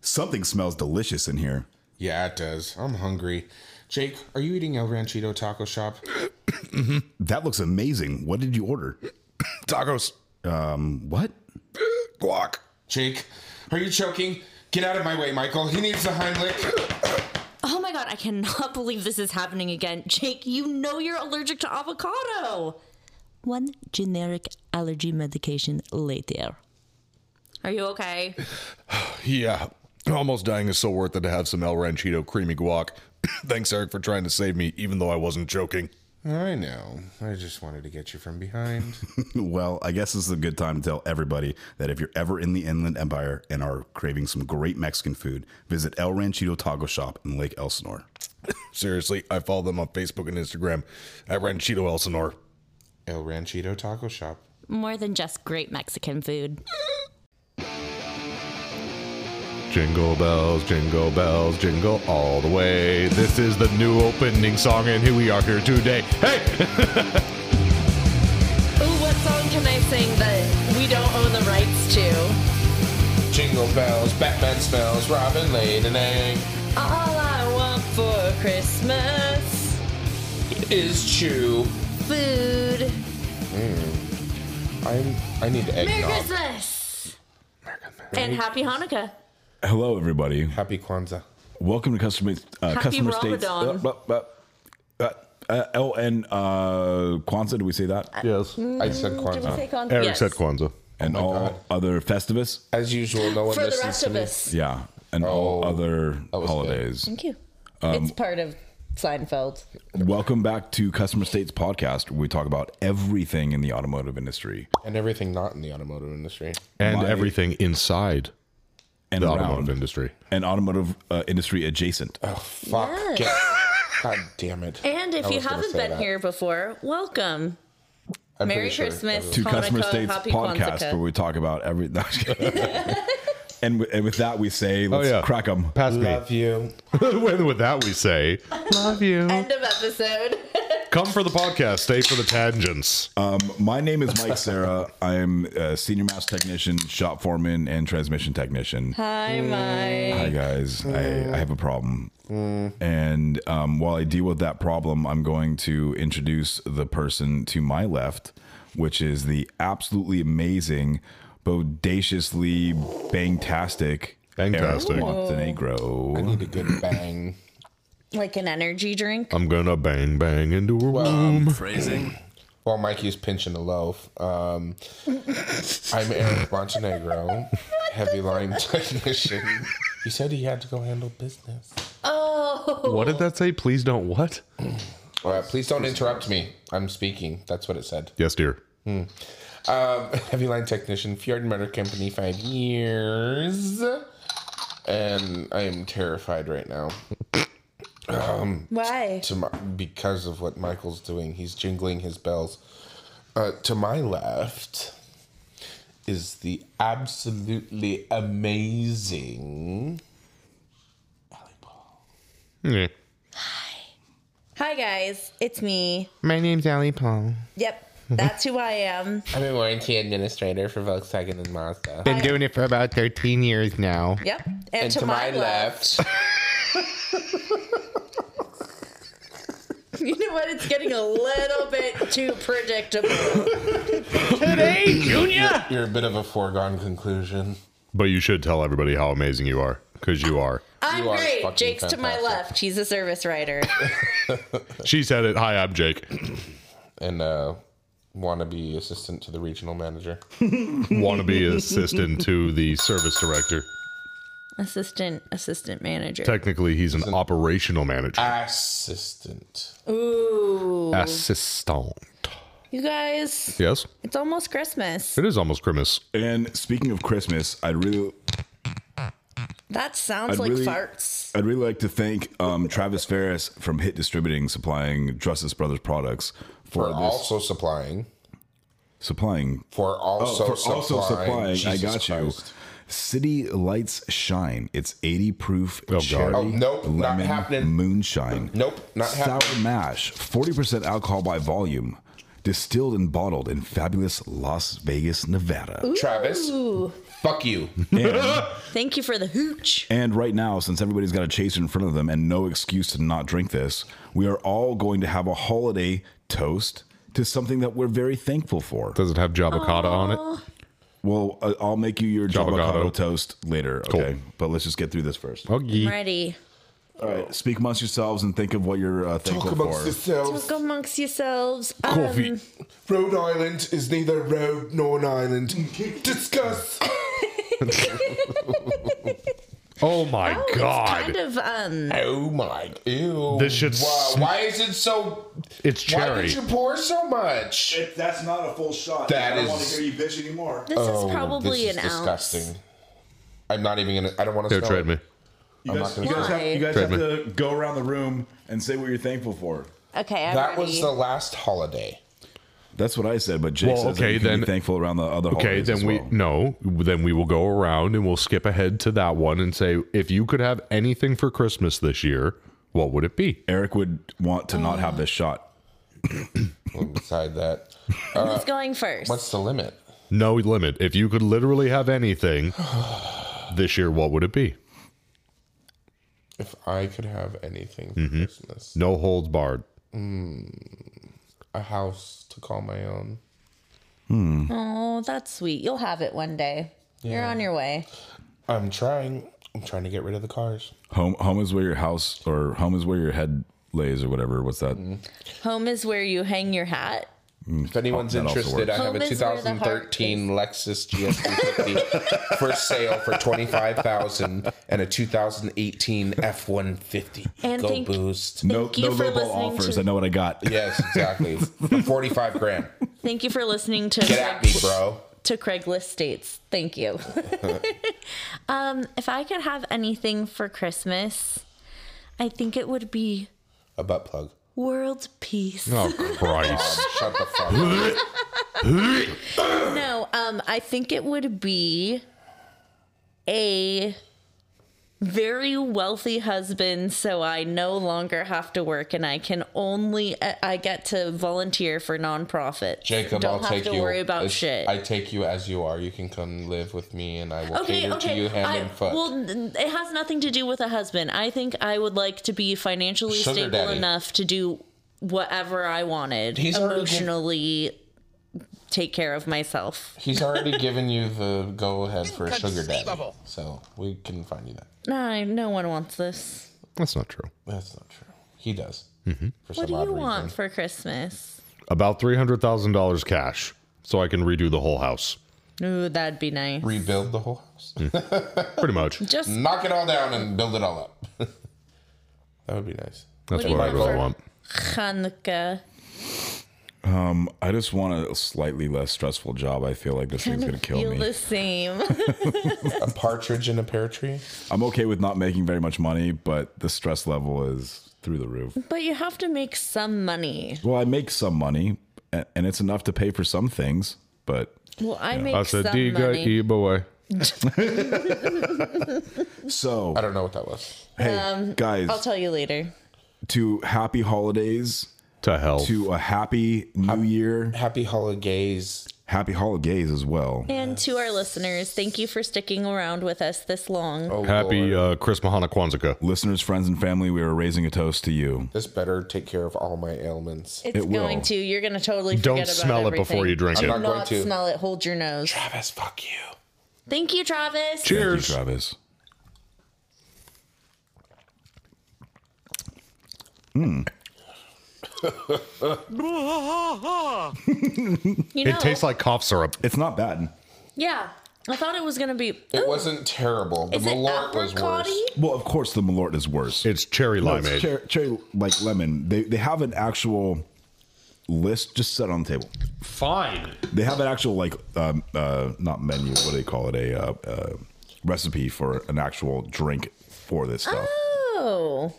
Something smells delicious in here. Yeah, it does. I'm hungry. Jake, are you eating El Ranchito Taco Shop? That looks amazing. What did you order? Um, Tacos. What? Guac. Jake, are you choking? Get out of my way, Michael. He needs the Heimlich. Oh my god, I cannot believe this is happening again. Jake, you know you're allergic to avocado. One generic allergy medication later. Are you okay? Yeah. uh, Almost dying is so worth it to have some El Ranchito creamy guac. Thanks, Eric, for trying to save me, even though I wasn't joking. I know. I just wanted to get you from behind. Well, I guess this is a good time to tell everybody that if you're ever in the Inland Empire and are craving some great Mexican food, visit El Ranchito Taco Shop in Lake Elsinore. Seriously, I follow them on Facebook and Instagram at Ranchito Elsinore. El Ranchito Taco Shop. More than just great Mexican food. Jingle bells, jingle bells, jingle all the way. This is the new opening song, and here we are here today. Hey! Ooh, what song can I sing that we don't own the rights to? Jingle bells, Batman smells, Robin laid an egg. All I want for Christmas Is chew. food. I'm. I need Merry eggnog. Christmas and happy Hanukkah. Hello, everybody. Happy Kwanzaa. Welcome to Customer uh, Happy Customer States. Ramadan. Uh, bu- bu- uh, uh, oh, and uh, Kwanzaa. Do we say that? Yes. I said Mm, Kwanzaa. Eric Yes. said Kwanzaa. and all other Festivus. As usual, no one for the listens rest to of me. us. Yeah, and all Oh, other was holidays. Thank you. Um, it's part of Seinfeld. Welcome back to Customer States Podcast, where we talk about everything in the automotive industry And everything not in the automotive industry. And everything inside and the around automotive industry. Oh. and automotive uh, industry adjacent. Fuck. Yes. Get, God damn it. And if I you was gonna haven't say been that. here before, welcome. I'm Merry pretty sure Christmas. that to Hanukkah, Customer States Happy Podcast, Kwanzaa. where we talk about every. No, I'm just kidding. and, with, and with that, we say, let's Oh, yeah. crack 'em. Pass was- Love you. me. With with that, we say, love you. End of episode. Come for the podcast, stay for the tangents. My name is Mike Sarah. I'm a senior mass technician, shop foreman, and transmission technician. Hi, Hmm. Hi Mike. guys, I, I have a problem, and um, while I deal with that problem, I'm going to introduce the person to my left, which is the absolutely amazing, bodaciously bangtastic, Bangtastic. Eric Montenegro. I need a good bang. Like an energy drink. I'm gonna bang bang into a room. Phrasing. While Mikey's pinching the loaf, um, I'm Eric Montenegro, heavy line technician. He said he had to go handle business. Oh, What did that say? Please don't what? Uh, please don't interrupt me. I'm speaking. That's what it said. Yes, dear. Um, heavy line technician, Fjord Motor Company, five years. And I am terrified right now. why? to my, because of what Michael's doing. He's jingling his bells. Uh, to my left is the absolutely amazing Ellie Paul. Yeah. Hi, guys. It's me. My name's Ali Paul. Yep, Mm-hmm. that's who I am. I'm a warranty administrator for Volkswagen and Mazda. Been doing it for about 13 years now. Yep. And, to, my, left. You know what? It's getting a little bit too predictable. Today, Junior! you're a bit of a foregone conclusion. But you should tell everybody how amazing you are, because you are. I'm You are great. fucking Jake's to my fantastic. left. She's a service writer. She said it. Hi, I'm Jake. And uh, wannabe assistant to the regional manager. Wannabe assistant to the service director. assistant, assistant manager. Technically, he's an operational manager. Assistant. Ooh. Assistant. You guys, Yes, it's almost Christmas. it is almost grimace. And speaking of Christmas, I'd really, That sounds I'd like really- farts. I'd really like to thank um, Travis Ferris from Hit Distributing, supplying Justice Brothers products for, For this also supplying. supplying For also for supplying. Oh, also supplying. I Jesus got Christ. you. City lights shine. It's 80 proof God. cherry Oh, nope, not lemon happening. moonshine. Nope, not Sour happening. mash, 40% alcohol by volume. distilled and bottled in fabulous Las Vegas, Nevada. Travis, fuck you. Thank you for the hooch. And right now, since everybody's got a chaser in front of them and no excuse to not drink this, we are all going to have a holiday toast to something that we're very thankful for. Does it have Jabacata on it? Well, I- I'll make you your Jabacado. avocado toast later, okay? But let's just get through this first. Okay. Ready. All right, speak amongst yourselves and think of what you're uh, thankful Talk amongst for. yourselves. Go amongst yourselves. Coffee. Um, Rhode Island is neither road nor an island. Discuss. Oh my oh, it's god. kind of um. Oh my, ew. This should Why, sm- why is it so? It's Why cherry. did you pour so much? That's not a full shot. That I don't is- wanna hear you bitch anymore. This is probably Oh, this is an disgusting. I'm not even gonna. I don't want to. Here, trade me. You I'm guys, not you gonna guys say. have, you guys Trade have to go around the room and say what you're thankful for. ounce. Okay, I'm That ready. was the last holiday. That's what I said, but Jake Well, says that okay, you can then- be thankful around the other Okay, holidays then as we well. no, then we will go around and we'll skip ahead to that one and say if you could have anything for Christmas this year, what would it be? Eric would want to not have this shot. Beside that, Who's going first? what's the limit? No limit. If you could literally have anything this year, what would it be? If I could have anything for Mm-hmm. Christmas, No holds barred. a house to call my own. Oh, that's sweet. You'll have it one day. You're on your way. I'm trying. I'm trying to get rid of the cars. Home, home is where your house, or home is where your head lays, or whatever. What's that? Mm-hmm. Home is where you hang your hat. If anyone's Oh, that also interested, I works. have a Home is where the heart 2013 Lexus GS350 for sale for 25000 and a 2018 F150 And Go thank- Boost. No, you no for lowball listening offers. to- I know what I got. Yes, exactly. For 45 grand. Thank you for listening to Get at me, bro. to Craigslist states. Thank you. um, if I could have anything for Christmas, I think it would be A butt plug. world peace. Oh Christ. Shut the fuck up. No, um, I think it would be a very wealthy husband, so I no longer have to work, and I can only I- I get to volunteer for nonprofits. Jacob, don't I'll have take to you. worry about as- shit. I take you as you are. You can come live with me and I will okay, cater okay. to you hand I, and foot. Well, n- it has nothing to do with a husband. I think I would like to be financially Sugar stable daddy. enough to do whatever I wanted, He's already giv- emotionally take care of myself. He's already given you the go ahead for a sugar daddy. So we can find you that. No, no one wants this. That's not true. That's not true. He does. For What some do odd you reason. want for Christmas? About three hundred thousand dollars cash, so I can redo the whole house. Ooh, that'd be nice. Rebuild the whole house. Pretty much. Just Knock it all down and build it all up. that would be nice. That's do you what I want really for- want. Hanukkah. I just want a slightly less stressful job. I feel like this thing's gonna kill Feel me. the same. A partridge in a pear tree. I'm okay with not making very much money, but the stress level is through the roof. but you have to make some money. Well, I make some money, a- and it's enough to pay for some things, but Well, I I make some said, Diga money. e boy. so I don't know what that was. hey guys, I'll tell you later. to happy holidays, To hell. to a happy new year, Happy holidays. happy holidays as well. And to our listeners, thank you for sticking around with us this long. Oh, Happy Lord. uh, Chris Mahana Kwanzaa. Listeners, friends, and family, we are raising a toast to you. This better take care of all my ailments. it's it will. going to. You're going to totally forget Don't about smell it before everything. you drink I'm it. not going Not to. smell it. Hold your nose. Travis, fuck you. Thank you, Travis. Thank Cheers. you, Travis. You know, It tastes like cough syrup. It's not bad. yeah. I thought it was going to be. It wasn't terrible. The Is it Malort was apricotty? worse. Well, of course, the Malort is worse. It's cherry No, it's limeade. cher- cherry like lemon. They they have an actual list just set on the table. Fine. They have an actual like um, uh, not menu. What do they call it? A uh, uh, recipe for an actual drink for this stuff. Oh.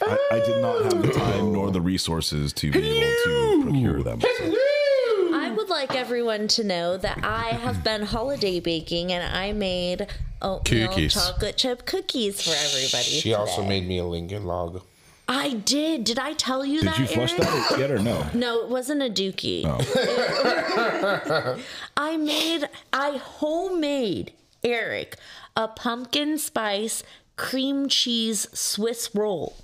I, I did not have the time nor the resources to be able to procure them. I would like everyone to know that I have been holiday baking and I made oatmeal Cookies. chocolate chip cookies for everybody. She also made me a Lincoln log. I did. Did I tell you Did that? you flush Aaron? that yet or no? No, it wasn't a dookie. I made, I homemade, Eric, a pumpkin spice cream cheese Swiss roll.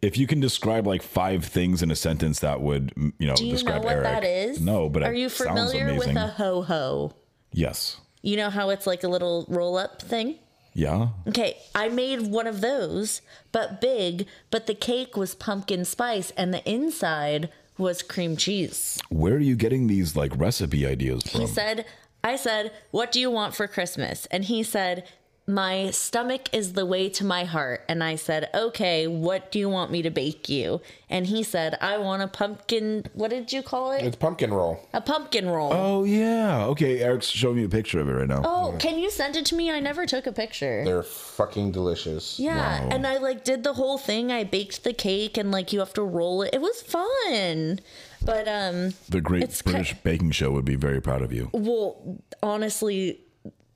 If you can describe like five things in a sentence that would, mm, you know, Do you describe know what Eric. that is? No, but are it you familiar sounds with amazing. a ho ho? Yes. You know how it's like a little roll up thing? Yeah. Okay, I made one of those, but big, but the cake was pumpkin spice and the inside was cream cheese. Where are you getting these like recipe ideas from? He said, I said, What do you want for Christmas? And he said, My stomach is the way to my heart. And I said, Okay, what do you want me to bake you? And he said, I want a pumpkin, what did you call it? It's pumpkin roll. A pumpkin roll. Oh, Oh yeah. Okay, Eric's showing me a picture of it right now. can you send it to me? I never took a picture. They're fucking delicious. Yeah, and I like did the whole thing. I baked the cake and like you have to roll it. It was fun. But um the Great it's ki- British Baking Show would be very proud of you. well, honestly,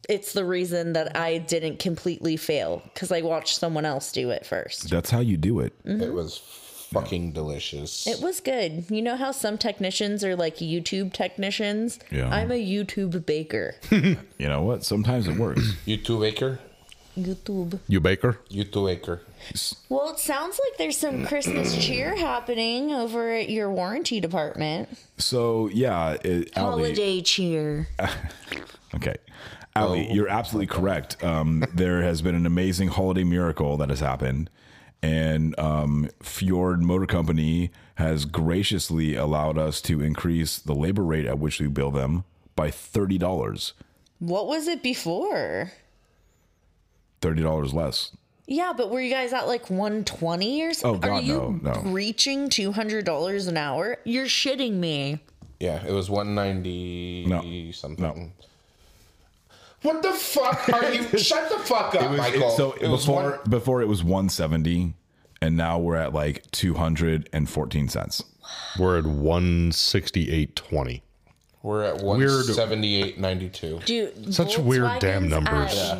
it's the reason that I didn't completely fail cuz I watched someone else do it first. That's how you do it. It was fucking delicious. It was good. You know how some technicians are like YouTube technicians? Yeah. I'm a YouTube baker. You know what? Sometimes it works. you two acre? YouTube. You baker? You two acre. Well, it sounds like there's some Christmas cheer happening over at your warranty department. so yeah, it, Allie- Holiday cheer. Okay. Oh. Ali, you're absolutely correct. Um, there has been an amazing holiday miracle that has happened. And um, Fjord Motor Company has graciously allowed us to increase the labor rate at which we bill them by $30. What was it before? $30 less. Yeah, but were you guys at like 120 or Oh, something? God, Are you no, no. reaching $200 an hour? You're shitting me. Yeah, it was 190 No. something. No. What the fuck are you? shut the fuck up, Michael. so it was before, one, before it was 170 and now we're at like 214 cents. We're at 168.20. we're at 178.92. Dude, Such weird damn Volkswagen's numbers. At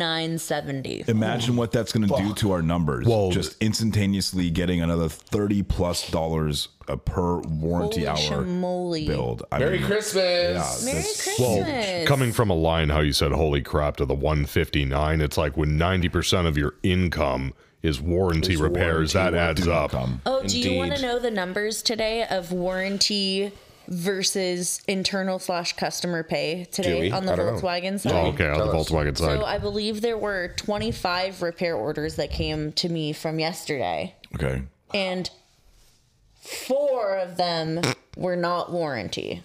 159.70. Imagine what that's going to do to our numbers. Whoa. Just instantaneously getting another thirty plus dollars uh, per warranty Holy hour shamoly. build. I Merry mean, Christmas. Merry that's- Christmas. Well, coming from a line how you said holy crap to the 159, it's like when 90% of your income is warranty repairs, that adds up. oh, do you want to indeed. know the numbers today of warranty versus internal slash customer pay today we? on the I don't know. Volkswagen side? Oh, okay, on the Tell us. Volkswagen side. So I believe there were 25 repair orders that came to me from yesterday, Okay. and four of them were not warranty.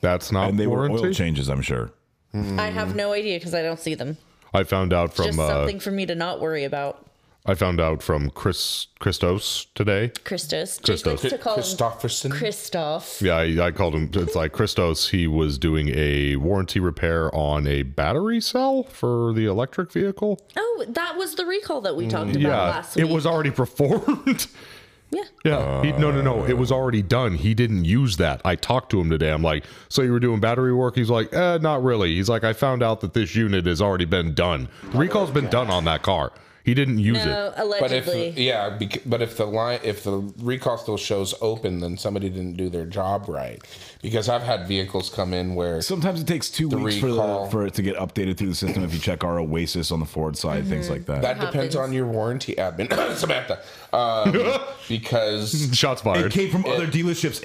That's not And they warranty. were oil changes, I'm sure. I have no idea because I don't see them. I found out Just from uh, something for me to not worry about. I found out from Chris Christos today. Christos. Jake Christos. likes to call him Christopherson. Christoph. Yeah, I, I called him. It's like Christos. He was doing a warranty repair on a battery cell for the electric vehicle. Oh, that was the recall that we talked about last week. Mm, it was already performed. Yeah. Yeah. he, no, no, no. It was already done. He didn't use that. I talked to him today. I'm like, so you were doing battery work? He's like, eh, not really. He's like, I found out that this unit has already been done. The recall's been done on that car. He didn't use it. No, But if Uh, allegedly. yeah, bec- but if the line if the recall still shows open, then somebody didn't do their job right. Because I've had vehicles come in where Sometimes it takes two weeks for, the, recall. for it to get updated through the system. If you check our Oasis on the Ford side, things like that. that depends on your warranty admin, Samantha, um, because Shots fired. it came from other dealerships,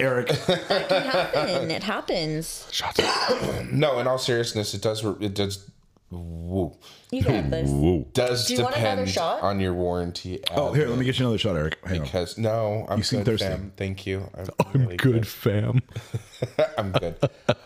Eric. it happened. It happens. Shots fired. no, in all seriousness, it does re- it does woo, You got this. Whoa. does Do you want another depend shot? on your warranty. Admin. oh, here, let me get you another shot, Eric. Hang on. Because no, I'm You seem good, thirsty. fam. Thank you. I'm, really Good fam. I'm good.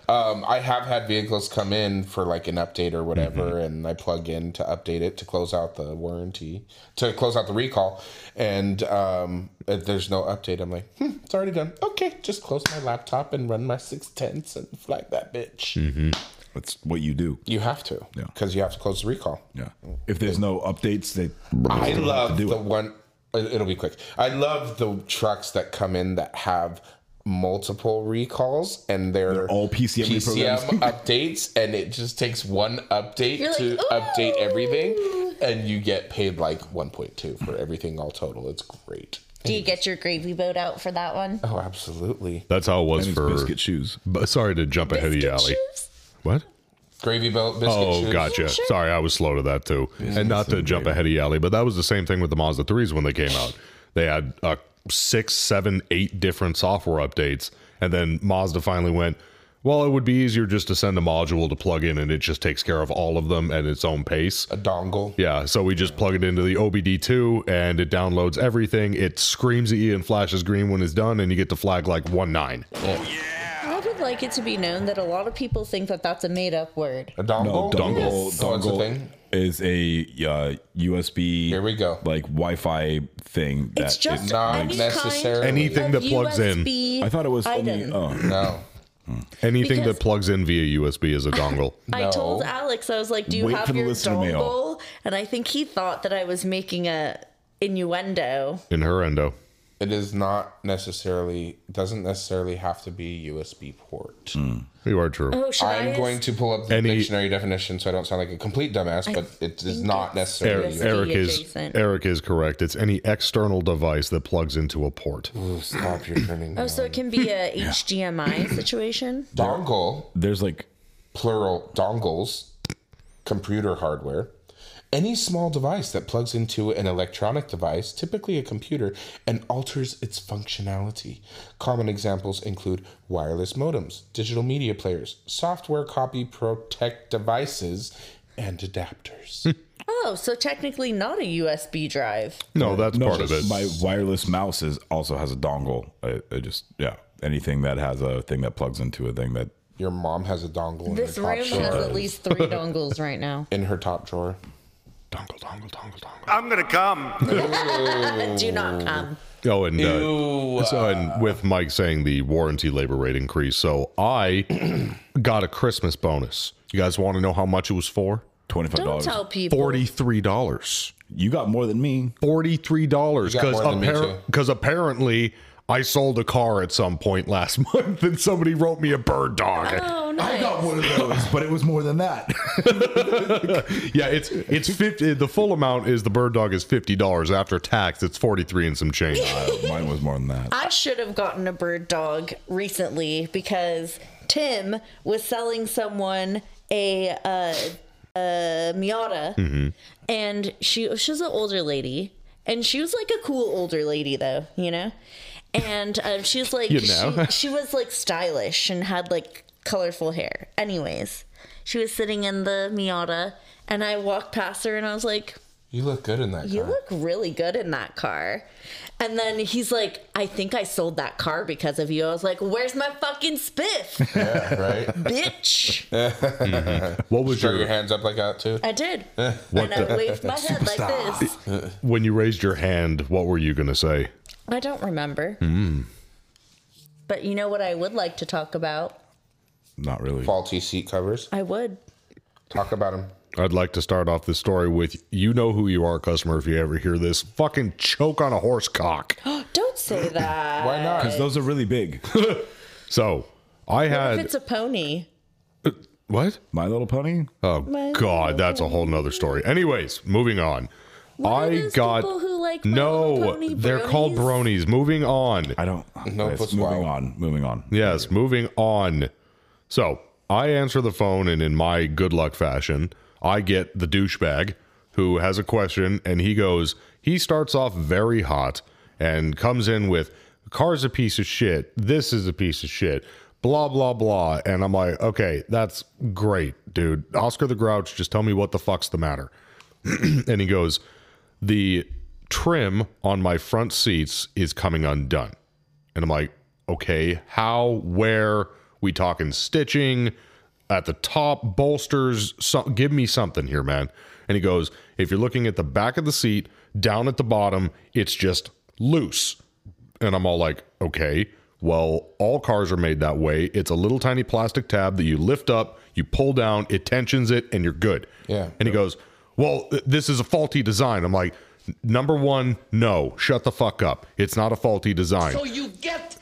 um, I have had vehicles come in for like an update or whatever, Mm-hmm. and I plug in to update it to close out the warranty, to close out the recall, and um, if there's no update. I'm like, hmm, it's already done. Okay, just close my laptop and run my six tenths and flag that bitch. That's what you do. You have to, Mm-hmm. Yeah. because you have to close the recall. Yeah. If there's no updates, they I love do the it. one. it- It'll be quick. I love the trucks that come in that have multiple recalls and they're, all PCM PCM reprograms. updates, and it just takes one update You're to like, update everything. and you get paid like 1.2 for everything all total. It's great. Do you get your gravy boat out for that one? Oh, absolutely. That's how it was It's for. biscuit shoes. But sorry to jump ahead of you, Allie. Shoes? What? Gravy belt biscuit Oh, shoes. gotcha. Sorry, I was slow to that too. and not to jump ahead of you, Allie, but that was the same thing with the Mazda 3s when they came out. They had uh, six, seven, eight different software updates. And then Mazda finally went, well, it would be easier just to send a module to plug in and it just takes care of all of them at its own pace. A dongle. Yeah, so we just plug it into the OBD2 and it downloads everything. It screams at you and flashes green when it's done, and you get the flag like 1 9. I would like it to be known that a lot of people think that that's a made up word. A dongle. dongle. Oh, it's a dongle thing? is a uh, USB. Here we go. Like Wi-Fi thing. That It's just not any necessarily- Kind Anything that plugs in, USB I thought it was item. only. Oh, No. anything Because- that plugs in via USB is a dongle. I told No. Alex, I was like, "Do you Wait for have the your listener mail. dongle?" And I think he thought that I was making a innuendo. In her endo. It is not necessarily doesn't necessarily have to be a USB port. You are true. Oh, should I'm I going to pull up the Any- dictionary definition so I don't sound like a complete dumbass, but it is not Er- necessarily. USB Eric is adjacent. Eric is correct. It's any external device that plugs into a port. Ooh, stop your turning. Oh, so it can be a HDMI situation. dongle, there's like plural dongles, computer hardware. Any small device that plugs into an electronic device, typically a computer, and alters its functionality. Common examples include wireless modems, digital media players, software copy protect devices, and adapters. Oh, so technically not a USB drive. No, that's part of it. My wireless mouse is also has a dongle. I, I just yeah, anything that has a thing that plugs into a thing that Your mom has a dongle in This her top room drawer. has at least three dongles right now. in her top drawer. dongle, dongle, dongle, dongle. Ah. I'm gonna come. Do not come. Oh, and uh, so and with Mike saying the warranty labor rate increase, so I got a Christmas bonus. You guys want to know how much it was for? twenty five Don't dollars. tell people. Forty-three dollars. You got more than me. Forty-three dollars You got because more than me, too. because apparently I sold a car at some point last month and somebody wrote me a bird dog. Oh no. one of those, but it was more than that. Yeah, it's it's fifty. The full amount is the bird dog is fifty dollars after tax. It's forty three and some change. Uh, Mine was more than that. I should have gotten a bird dog recently because Tim was selling someone a uh, a Miata, Mm-hmm. and she she's an older lady, and she was like a cool older lady though, you know. And um, she was like, You know. she, she was like stylish and had like colorful hair. Anyways, she was sitting in the Miata, and I walked past her, and I was like, You look good in that you car. look really good in that car. And then he's like, I think I sold that car because of you. I was like, Where's my fucking spiff, right? bitch? What was Throw your your hands up like that too. I did. Eh, and I waved my head like this. when you raised your hand? What were you gonna say? I don't remember. Hmm. But you know what I would like to talk about? Not really. Faulty seat covers. I would. Talk about them. I'd like to start off this story with you know who you are, customer. If you ever hear this, fucking choke on a horse cock. Don't say that. Why not? Because those are really big. So I if had it's a pony. what? My Little Pony. Oh God, that's a whole nother story. Anyways, moving on. are I those got people who like My Little no. Pony they're called bronies. Moving on. I don't. No, Anyways, but moving wow. on. Moving on. Yes, moving on. So I answer the phone, and in my good luck fashion, I get the douchebag who has a question, and he goes, he starts off very hot and comes in with, car's a piece of shit. This is a piece of shit. Blah, blah, blah. And I'm like, okay, that's great, dude. Oscar the Grouch, just tell me what the fuck's the matter. and he goes, the trim on my front seats is coming undone. And I'm like, okay, how, where? We talking stitching at the top, bolsters? So, give me something here, man. And he goes, if you're looking at the back of the seat, down at the bottom, it's just loose. And I'm all like, okay, well, all cars are made that way. It's a little tiny plastic tab that you lift up, you pull down, it tensions it, and you're good. Yeah. And he goes, well, th- this is a faulty design. I'm like, number one, no, shut the fuck up. It's not a faulty design. you get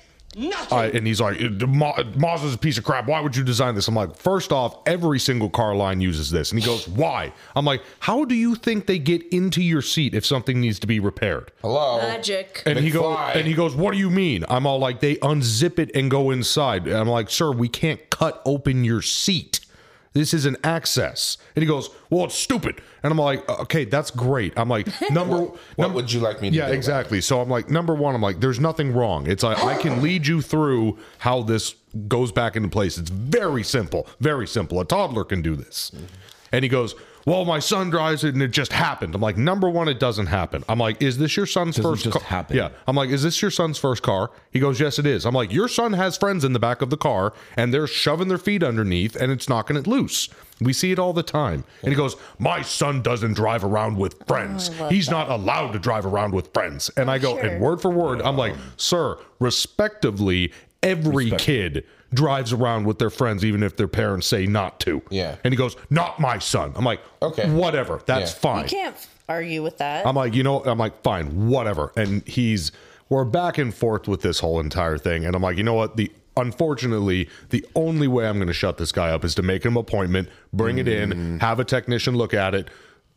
I, and he's like, "It- the Ma- Mazda's a piece of crap. Why would you design this? I'm like, first off, every single car line uses this. And he goes, why? I'm like, how do you think they get into your seat if something needs to be repaired? Hello. Magic. And he goes, McFly. and he goes, what do you mean? I'm all like, they unzip it and go inside. And I'm like, sir, we can't cut open your seat. This is an access. And he goes, well, it's stupid. And I'm like, okay, that's great. I'm like, number, What num- would you like me to yeah, do? exactly. So I'm like, number one, I'm like, there's nothing wrong. It's like I can lead you through how this goes back into place. It's very simple, very simple. A toddler can do this. And he goes, well, my son drives it, and it just happened. I'm like, number one, it doesn't happen. I'm like, is this your son's Doesn't first just car? happen. Yeah. I'm like, is this your son's first car? He goes, yes, it is. I'm like, your son has friends in the back of the car, and they're shoving their feet underneath, and it's knocking it loose. We see it all the time. And he goes, my son doesn't drive around with friends. He's not allowed to drive around with friends. And I go, and word for word, I'm like, sir, respectively, every kid drives around with their friends, even if their parents say not to. Yeah. And he goes, not my son. I'm like, Okay. okay, whatever. That's Yeah. fine. You can't argue with that. I'm like, you know, I'm like, fine, whatever. And he's, we're back and forth with this whole entire thing. And I'm like, you know what? The, unfortunately, the only way I'm going to shut this guy up is to make him an appointment, bring it in, have a technician look at it,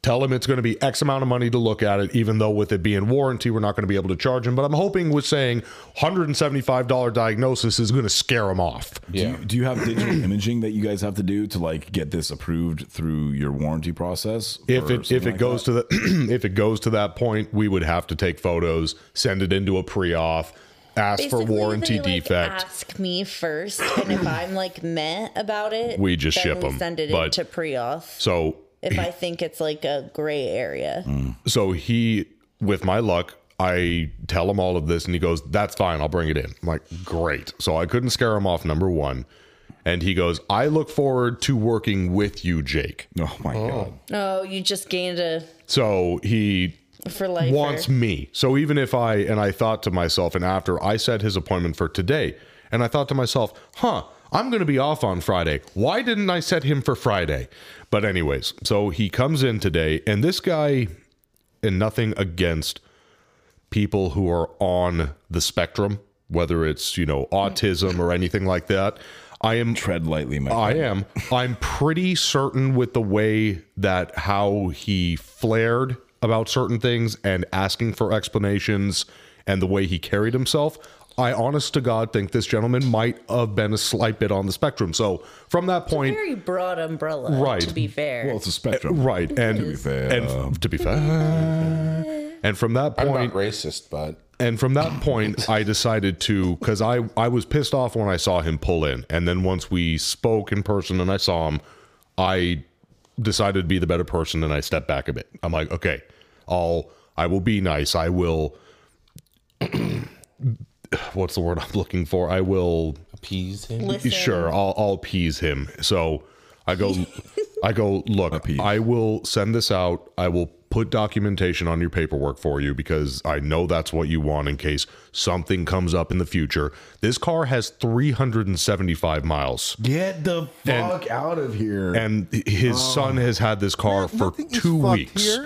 tell him it's going to be X amount of money to look at it, even though with it being warranty, we're not going to be able to charge him. But I'm hoping with saying $175 diagnosis is going to scare him off. Yeah. Do you, do you have digital imaging that you guys have to do to like get this approved through your warranty process? if or it if something it like goes that? to the if it goes to that point, we would have to take photos, send it into a pre-off, ask for Basically, they, warranty like, defect. Ask me first, and if I'm like meh about it, We just then ship 'em, Send it but- into pre-auth so if I think it's like a gray area. Mm. so he with my luck, I tell him all of this and he goes, "That's fine, I'll bring it in." I'm like, "Great." So I couldn't scare him off number 1. And he goes, "I look forward to working with you, Jake." oh my god, Oh, you just gained a So he for life. wants me. So even if I and I thought to myself, and after I set his appointment for today, and I thought to myself, huh, I'm going to be off on Friday. Why didn't I set him for Friday? But anyways, so he comes in today, and this guy, and nothing against people who are on the spectrum, whether it's you know autism or anything like that. I am tread lightly, my. I friend. am. I'm pretty certain with the way that how he flared about certain things and asking for explanations and the way he carried himself. I honest to God think this gentleman might have been a slight bit on the spectrum. So from that point, very broad umbrella, Right. To be fair, Well, it's a spectrum, right, and to be fair. and to be fair, and from that I'm point, not racist, but and from that point, I decided to because I I was pissed off when I saw him pull in, and then once we spoke in person and I saw him, I decided to be the better person, and I stepped back a bit. I'm like, okay, I'll I will be nice. I will. what's the word I'm looking for? I will appease him. listen. Sure, I'll I'll appease him. So I go I go, look, I will send this out. I will put documentation on your paperwork for you because I know that's what you want in case something comes up in the future. This car has 375 miles. Get the fuck out of here. Oh. And his son has had this car for two weeks.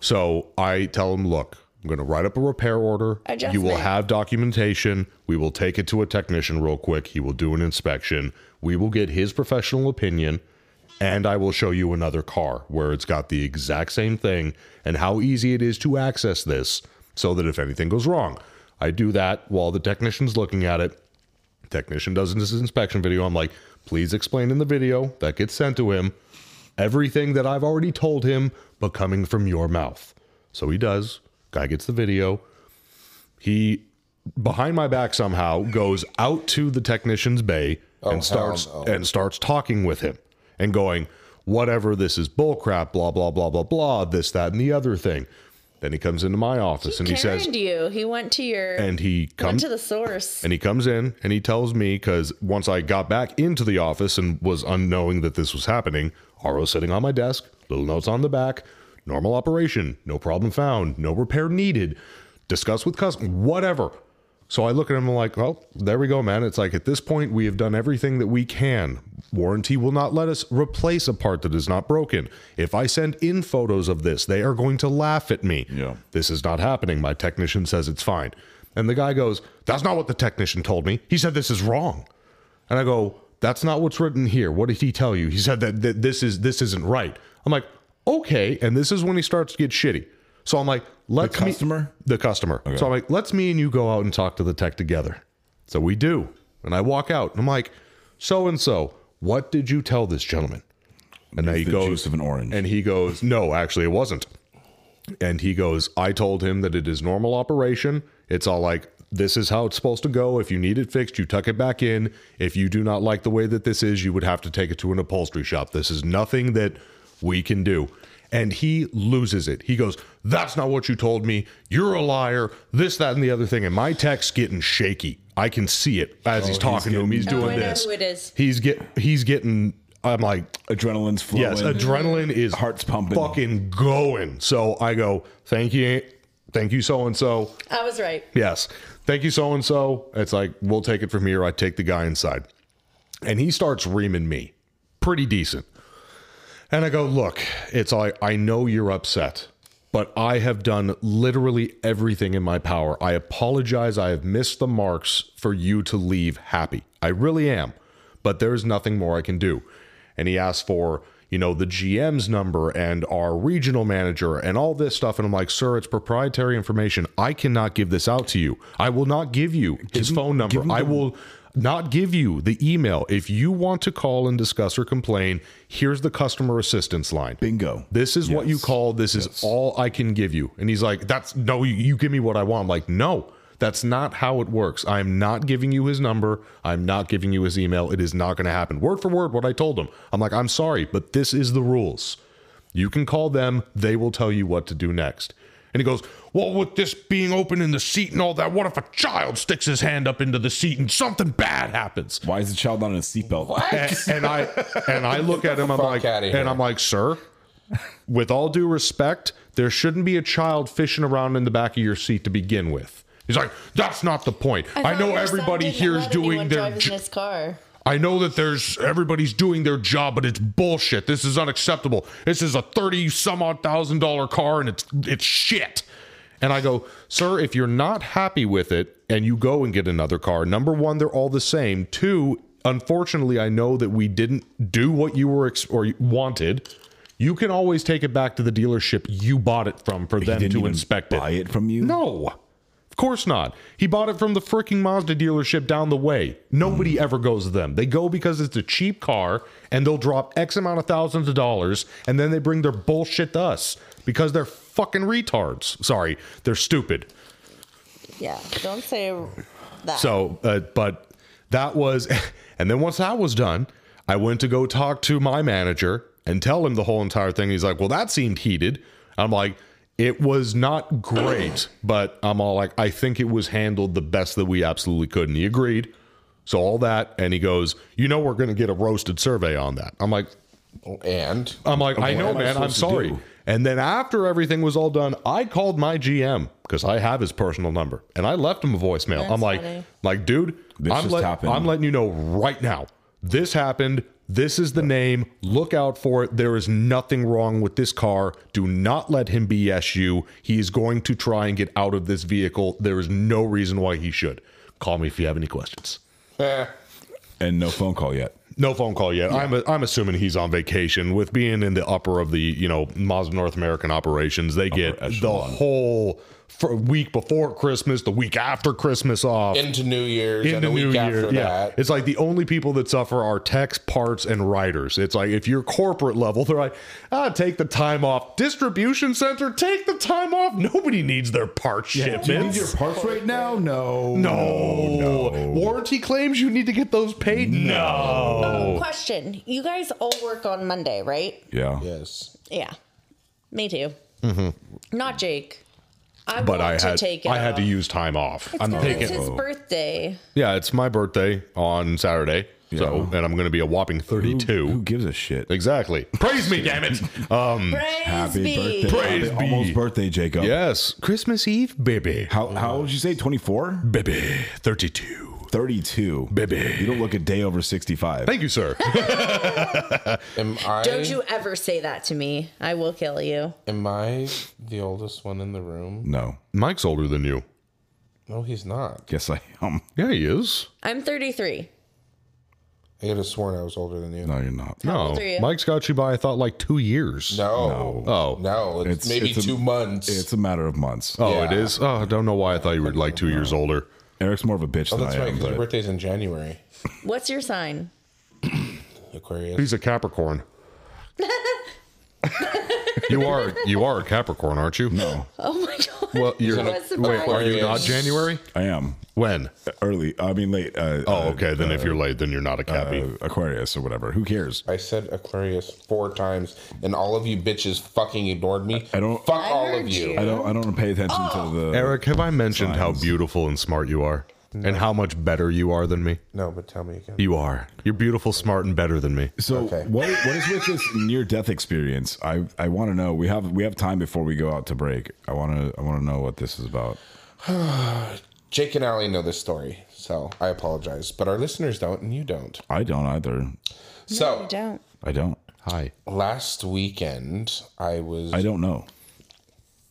So I tell him, look, I'm going to write up a repair order. You will Adjustment. have documentation. We will take it to a technician real quick. He will do an inspection. We will get his professional opinion. And I will show you another car where it's got the exact same thing and how easy it is to access this so that if anything goes wrong, I do that while the technician's looking at it technician does this inspection video. I'm like, please explain in the video that gets sent to him everything that I've already told him, but coming from your mouth. So he does. Guy gets the video. He, behind my back somehow, goes out to the technician's bay and starts and starts talking with him and going, whatever this is bullcrap, blah blah blah blah blah, this that and the other thing. Then he comes into my office and he Carried says, you. He went to your and he went comes to the source. and he comes in and he tells me because once I got back into the office and was unknowing that this was happening, RO sitting on my desk, little notes on the back, normal operation, no problem found, no repair needed, discuss with customer, whatever. So I look at him and I'm like, well, there we go, man. It's like at this point we have done everything that we can. Warranty will not let us replace a part that is not broken. If I send in photos of this, they are going to laugh at me. Yeah. This is not happening. My technician says it's fine. And the guy goes, That's not what the technician told me. He said this is wrong. And I go, That's not what's written here. What did he tell you? He said that, that this is this isn't right. I'm like, okay. And this is when he starts to get shitty. So I'm like, let's me- customer? the customer. So I'm like, let's me and you go out and talk to the tech together. So we do. And I walk out and I'm like, so and so, what did you tell this gentleman? And now he the goes juice of an orange. And he goes, No, actually it wasn't. And he goes, I told him that it is normal operation. It's all like, this is how it's supposed to go. If you need it fixed, you tuck it back in. If you do not like the way that this is, you would have to take it to an upholstery shop. This is nothing that we can do. And he loses it. He goes, That's not what you told me. You're a liar. This, that, and the other thing. And my tech's getting shaky. I can see it as he's talking to him. He's doing Oh, I know this. who it is. He's get he's getting I'm like, Adrenaline's flowing. Yes, adrenaline is Heart's pumping. fucking going. So I go, thank you, thank you, so and so. I was right. Yes, thank you, so and so. It's like we'll take it from here. I take the guy inside, and he starts reaming me, pretty decent. And I go, look, it's like I know you're upset, but I have done literally everything in my power. I apologize. I have missed the marks for you to leave happy. I really am, but there's nothing more I can do. And he asked for, you know, the GM's number and our regional manager and all this stuff. And I'm like, sir, it's proprietary information. I cannot give this out to you. I will not give you his phone number. I will not give you the email. If you want to call and discuss or complain, here's the customer assistance line. Bingo. This is what you call. This is all I can give you. And he's like, "That's no. You, you give me what I want." I'm like, "No, that's not how it works. I'm not giving you his number. I'm not giving you his email. It is not going to happen. Word for word, what I told him. I'm like, I'm sorry, but this is the rules. You can call them. They will tell you what to do next." And he goes, Well, with this being open in the seat and all that, what if a child sticks his hand up into the seat and something bad happens? Why is the child not in a seatbelt? and, and I and I look at him. I'm fuck like, outta here. and I'm like, sir. With all due respect, there shouldn't be a child fishing around in the back of your seat to begin with. He's like, that's not the point. I, thought know your son everybody didn't here is let doing anyone their. drive j- in this car. I know that there's everybody's doing their job, but it's bullshit. This is unacceptable. This is a thirty some odd thousand dollar car, and it's it's shit. And I go, sir, if you're not happy with it, and you go and get another car, number one, they're all the same. Two, unfortunately, I know that we didn't do what you were ex- or wanted. You can always take it back to the dealership you bought it from for them didn't to even inspect it. buy it from you? No. Of course not. He bought it from the freaking Mazda dealership down the way. Nobody ever goes to them. They go because it's a cheap car and they'll drop X amount of thousands of dollars and then they bring their bullshit to us because they're fucking retards. Sorry, they're stupid. Yeah, don't say that. So, uh, but that was, and then once that was done, I went to go talk to my manager and tell him the whole entire thing. He's like, "Well, that seemed heated." I'm like, "It was not great, but I'm all like, I think it was handled the best that we absolutely could." And he agreed. So all that, and he goes, "You know, we're going to get a roasted survey on that." I'm like, And I'm like, I know, am I man. I'm supposed to sorry. do? And then after everything was all done, I called my GM because I have his personal number, and I left him a voicemail. I'm like, funny. like, dude, This I'm, just let- happened. I'm letting you know right now. This happened. This is the name. Look out for it. There is nothing wrong with this car. Do not let him BS you. He is going to try and get out of this vehicle. There is no reason why he should. Call me if you have any questions. eh, And no phone call yet. No phone call yet. I'm I'm assuming he's on vacation. With being in the upper of the you know Mazda North American operations, they get the echelon. whole for week before Christmas, the week after Christmas off, into New Year's and into the week New after Year. Yeah, that. it's like the only people that suffer are techs, parts, and writers. It's like if you're corporate level, they're like, ah, take the time off. Distribution center, take the time off. Nobody needs their part shipments. parts right now? No. no. warranty claims. You need to get those paid. no. question: You guys all work on Monday, right? Yeah. yes. Yeah, me too. Not Jake. I Mm-hmm. but want I to had take it I had to off. use time off. I'm Well, taking It's his birthday. yeah, it's my birthday on Saturday, so and I'm going to be a whopping Who, 32. who gives a shit? Exactly. Praise me, damn it. Um, Praise Happy be. birthday. Praise Happy be. Almost birthday, Jacob. yes, Christmas Eve, baby, How, how old did you say? 24? baby, 32. 32. Baby. You don't look a day over 65. Thank you, sir. Am I Don't you ever say that to me. I will kill you. am I the oldest one in the room? No. Mike's older than you. No, he's not. Yes, I am. Yeah, he is. I'm 33. I could have sworn I was older than you. No, you're not. How No, old are you? Mike's got you by I thought like two years. No. No. Oh, it's, It's- maybe it's a- two months. It's a matter of months. oh, Yeah. it is. Oh, I don't know why I thought you were like two years older. Eric's more of a bitch oh, than that's I right. am. 'cause Your But birthday's in January. What's your sign? Aquarius. He's a Capricorn. you are you are a Capricorn, aren't you? No. Oh my god. Well, you're I was wait. Are you surprised. not January? I am When? early. I mean late. Uh, Oh, okay. Then if you're late, then you're not a Cappy. uh, Aquarius or whatever. Who cares? I said Aquarius four times, and all of you bitches fucking ignored me. I don't- Fuck all heard of you. you. I don't. I don't pay attention to the. Oh. Eric, have I mentioned how beautiful and smart you are, and how much better you are than me? No, but tell me again. You are. You're beautiful, smart, and better than me. So Okay. what what is with this near death experience? I I want to know. We have we have time before we go out to break. I want to I want to know what this is about. Jake and Allie know this story, so I apologize, but our listeners don't, and you don't. I don't either. so don't. I don't. Hi. last weekend, I was. I don't know.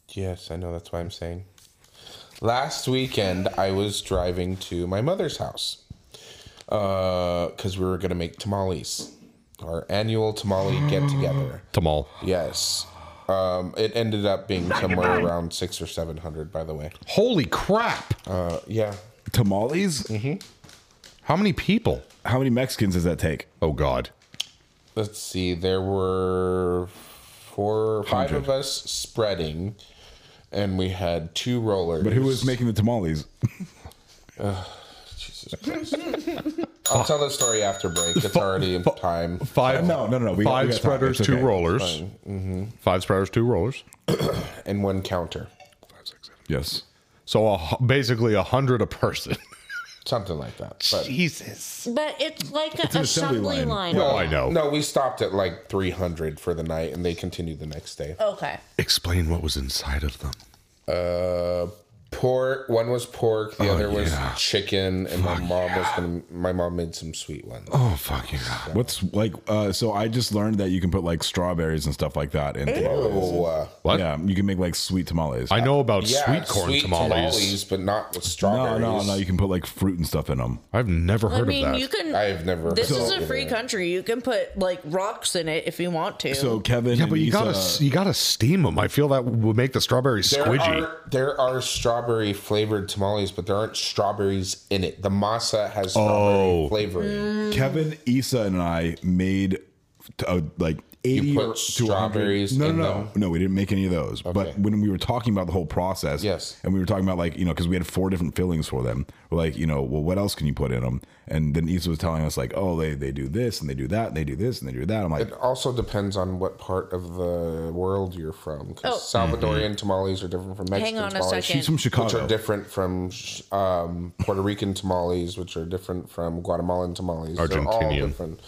Yes, I know. That's why I'm saying. Last weekend, I was driving to my mother's house because we were going to make tamales, our annual tamale get together. Tamal. Yes. Um, it ended up being somewhere around six or seven hundred, by the way. Holy crap! Uh, yeah. Tamales? How many people? How many Mexicans does that take? Oh God. Let's see. There were four or five of us spreading, and we had two rollers. But who was making the tamales? I'll tell the story after break. It's already time. Five. No, no, no, no. We- five we got time. spreaders, It's two okay. rollers. Five spreaders, two rollers. and one counter, Yes. So a, hu- basically a hundred a person. something like that. But Jesus. But it's like an an assembly assembly, line. line. Oh, I know. no, we stopped at like 300 for the night, and they continued the next day. Okay. Explain what was inside of them. Uh, pork. One was pork. The other was Oh, yeah. chicken. And my mom was gonna. My mom made some sweet ones. Oh fucking god. What's like? Uh, so I just learned that you can put like strawberries and stuff like that in tamales. So, uh, What? Yeah, you can make like sweet tamales. I know about yeah, sweet corn tamales. but not with no, strawberries. no, no. You can put like fruit and stuff in them. I've never I heard mean, of that. you can. I have never. This is heard a of free it. country. You can put like rocks in it if you want to. So Kevin, yeah, and but you Isa- gotta s- you gotta steam them. I feel that would make the strawberries uh, There squidgy. are, there are strawberry flavored tamales, but there aren't strawberries in it. The masa has strawberry Oh. flavoring. Kevin, Issa, and I made uh, like eighty put or to strawberries 100 No, in no, no, them? no. We didn't make any of those. But when we were talking about the whole process, Yes. and we were talking about like you know because we had four different fillings for them. We're like you know, well, what else can you put in them? And then Issa was telling us like, oh, they they do this and they do that and they do this and they do that. I'm like, It also depends on what part of the world you're from. 'cause Salvadorian Mm-hmm. tamales are different from Mexican Oh. Hang on a tamales, second. she's from which are Chicago. different from sh- um, Puerto Rican tamales, which are different from Guatemalan tamales. They're all Argentinian. different.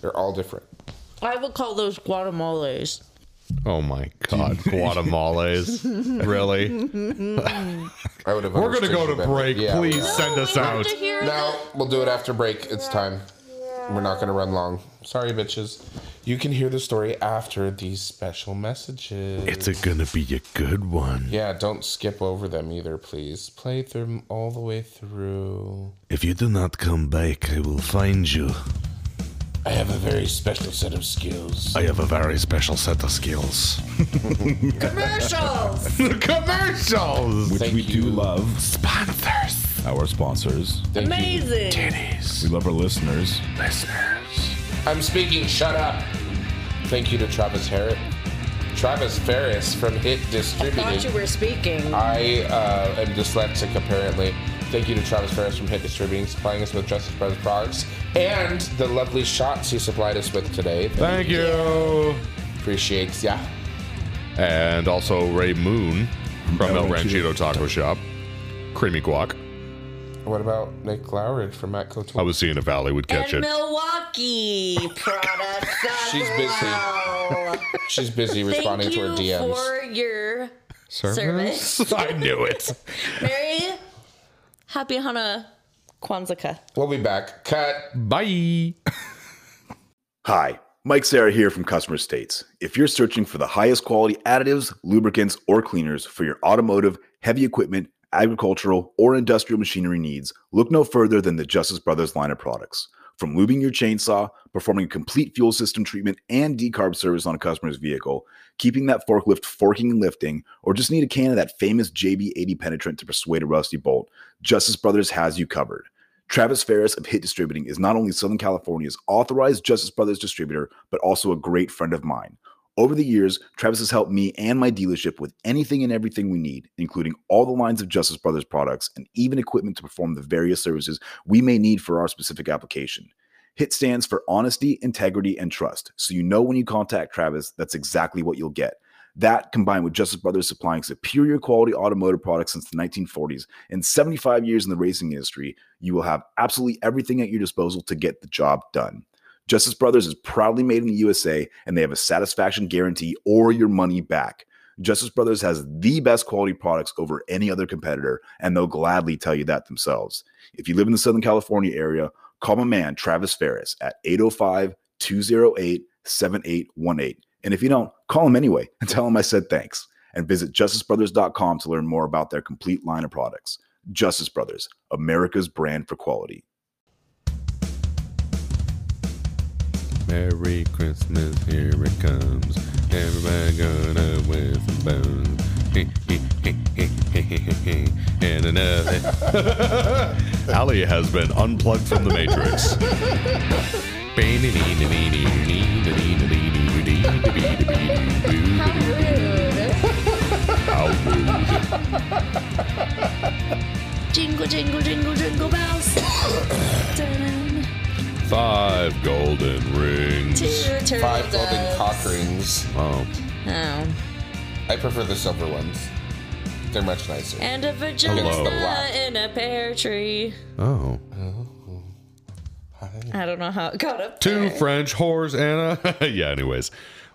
They're all different. I would call those guacamoles. Oh my god, Guatemala's really? I would have. We're gonna go to understood you break. better. Yeah, we Please are. send us out. No, we'll do it after break. It's time. We're not gonna run long. Sorry, bitches. You can hear the story after these special messages. It's a gonna be a good one. yeah, don't skip over them either, please. Play them all the way through. If you do not come back, I will find you. I have a very special set of skills. I have a very special set of skills. Commercials. Commercials! which we do you. love Sponsors! our sponsors. Amazing. We love our listeners. I'm speaking, shut up. Thank you to Travis Harris. Travis Ferris from Hit Thought you Distributing. were speaking. I uh, am dyslexic, apparently. Thank you to Travis Ferris from Hit Distributing, supplying us with Justice Brothers products and the lovely shots he supplied us with today. Thank you! Appreciates ya. And also Ray Moon from El El Ranchito Ranchito Taco Shop. Creamy guac. What about Nick Lowridge from Matt I Couture? was seeing if Valley would catch and it. Milwaukee products. as She's busy. well. She's busy responding Thank to her you DMs. for your service. I knew it. Merry Happy Hana Kwanzaa. We'll be back. Cut. Bye! Hi, Mike Sarah here from Customer States. If you're searching for the highest quality additives, lubricants, or cleaners for your automotive, heavy equipment, agricultural, or industrial machinery needs, look no further than the Justice Brothers line of products. From lubing your chainsaw, performing a complete fuel system treatment and decarb service on a customer's vehicle, keeping that forklift forking and lifting, or just need a can of that famous JB80 penetrant to persuade a rusty bolt, Justice Brothers has you covered. Travis Ferris of Hit Distributing is not only Southern California's authorized Justice Brothers distributor, but also a great friend of mine. Over the years, Travis has helped me and my dealership with anything and everything we need, including all the lines of Justice Brothers products and even equipment to perform the various services we may need for our specific application. HIT stands for honesty, integrity, and trust. So you know when you contact Travis, that's exactly what you'll get. That combined with Justice Brothers supplying superior quality automotive products since the 1940s and 75 years in the racing industry, you will have absolutely everything at your disposal to get the job done. Justice Brothers is proudly made in the USA and they have a satisfaction guarantee or your money back. Justice Brothers has the best quality products over any other competitor, and they'll gladly tell you that themselves. If you live in the Southern California area, call my man, Travis Ferris, at 805 208 7818. And if you don't, call him anyway and tell him I said thanks. And visit justicebrothers.com to learn more about their complete line of products. Justice Brothers, America's brand for quality. Merry Christmas, here it comes. Everybody gonna with some bones. Hey, hey, hey, hey, hey, hey, hey, hey. and another. Ali has been unplugged from the Matrix. Jingle, jingle, jingle, jingle bells. Dun, Five golden rings. two turtles. Five golden cock rings. Oh, Oh. I prefer the silver ones. They're much nicer. And uh, a Hello. vagina in a pear tree. oh. I don't know how it got up Two there. French whores, Anna. yeah. Anyways,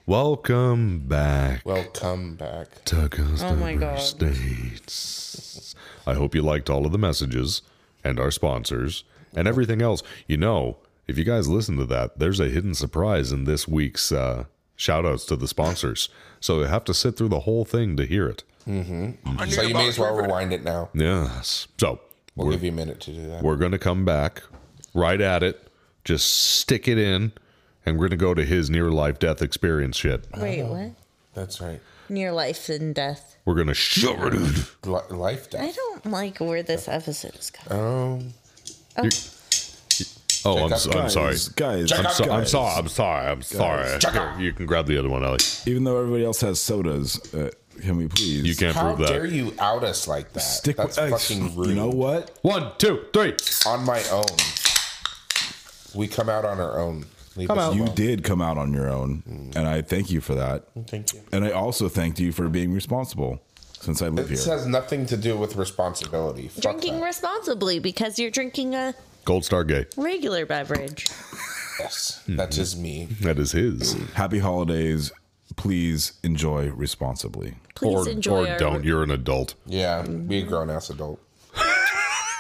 welcome back. Welcome back. to Augusta Oh my God. States. I hope you liked all of the messages and our sponsors and everything else. You know, if you guys listen to that, there's a hidden surprise in this week's uh, shout outs to the sponsors. So you have to sit through the whole thing to hear it. So you may as well rewind it now. Yes. So We'll we're, give you a minute to do that. we're going to come back right at it, just stick it in, and we're going to go to his near life death experience shit. Wait, what? That's right. Near life and death. We're going to shove it in. Li- life I death. don't like where this episode is going. Oh, Oh, I'm, Check s- I'm out sorry. guys. I'm, so, I'm guys. sorry. I'm sorry. I'm sorry. Here, You can grab the other one, Ellie. Even though everybody else has sodas, uh, can we please? You can't how prove dare that. you out us like that? stick That's with fucking rude. You know what? One, two, three. On my own. We come out on our own. Leave us You alone. did come out on your own, and I thank you for that. Thank you. And I also thanked you for being responsible since I live This here. has nothing to do with responsibility. Fuck Drinking that. responsibly because you're drinking a Gold Star Gay. regular beverage. Yes, that's Mm-hmm. just me. That is his. Happy holidays. Please enjoy responsibly. Please enjoy or our don't. You're an adult. Yeah, be a grown ass adult.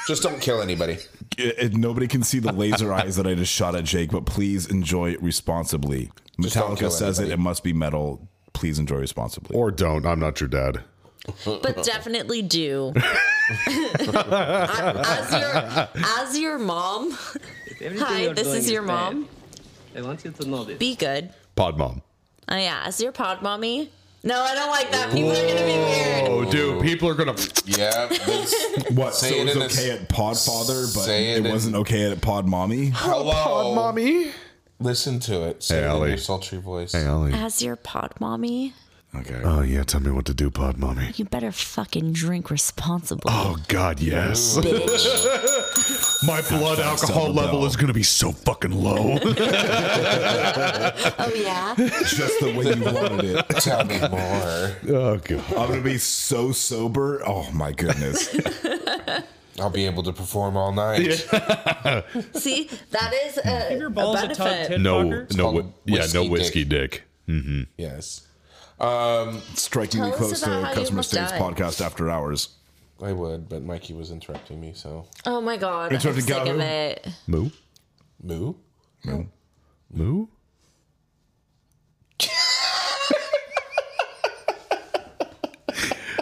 Just don't kill anybody. I- I- nobody can see the laser eyes that I just shot at Jake, but please enjoy responsibly. Just don't Metallica kill says it. It anybody. must be metal. Please enjoy responsibly. Or don't. I'm not your dad. but definitely do. as your as your mom, hi, this is your mom. I want you to know this. Be good. Pod mom. Oh yeah, as your pod mommy. No, I don't like that. People are gonna be weird. Oh, dude. People are gonna. Yeah, this- what? Say so it it was in a s- okay at Podfather, but say it it, in- wasn't okay at Pod Mommy. hello, mommy. Listen to it. Say it in Allie. your sultry voice. Hey, Ellie. As your pod mommy, Okay. Oh yeah. Tell me what to do, Pod mommy. you better fucking drink responsibly. Oh God, yes. My blood alcohol Double level Bell. is gonna be so fucking low. Oh yeah. just the way you wanted it. Tell me more. oh God. I'm gonna be so sober. Oh my goodness. I'll be able to perform all night. See, that is a, your a balls a tug benefit. tit- No, Fucker. no. called Yeah, no whiskey whiskey dick. Yes, um, Strikingly Tell us close to about how you customer almost stays died. podcast after hours. I would, but Mikey was interrupting me. So Oh my god, I'm Interrupted sick Garu. of it. Moo. moo. Moo.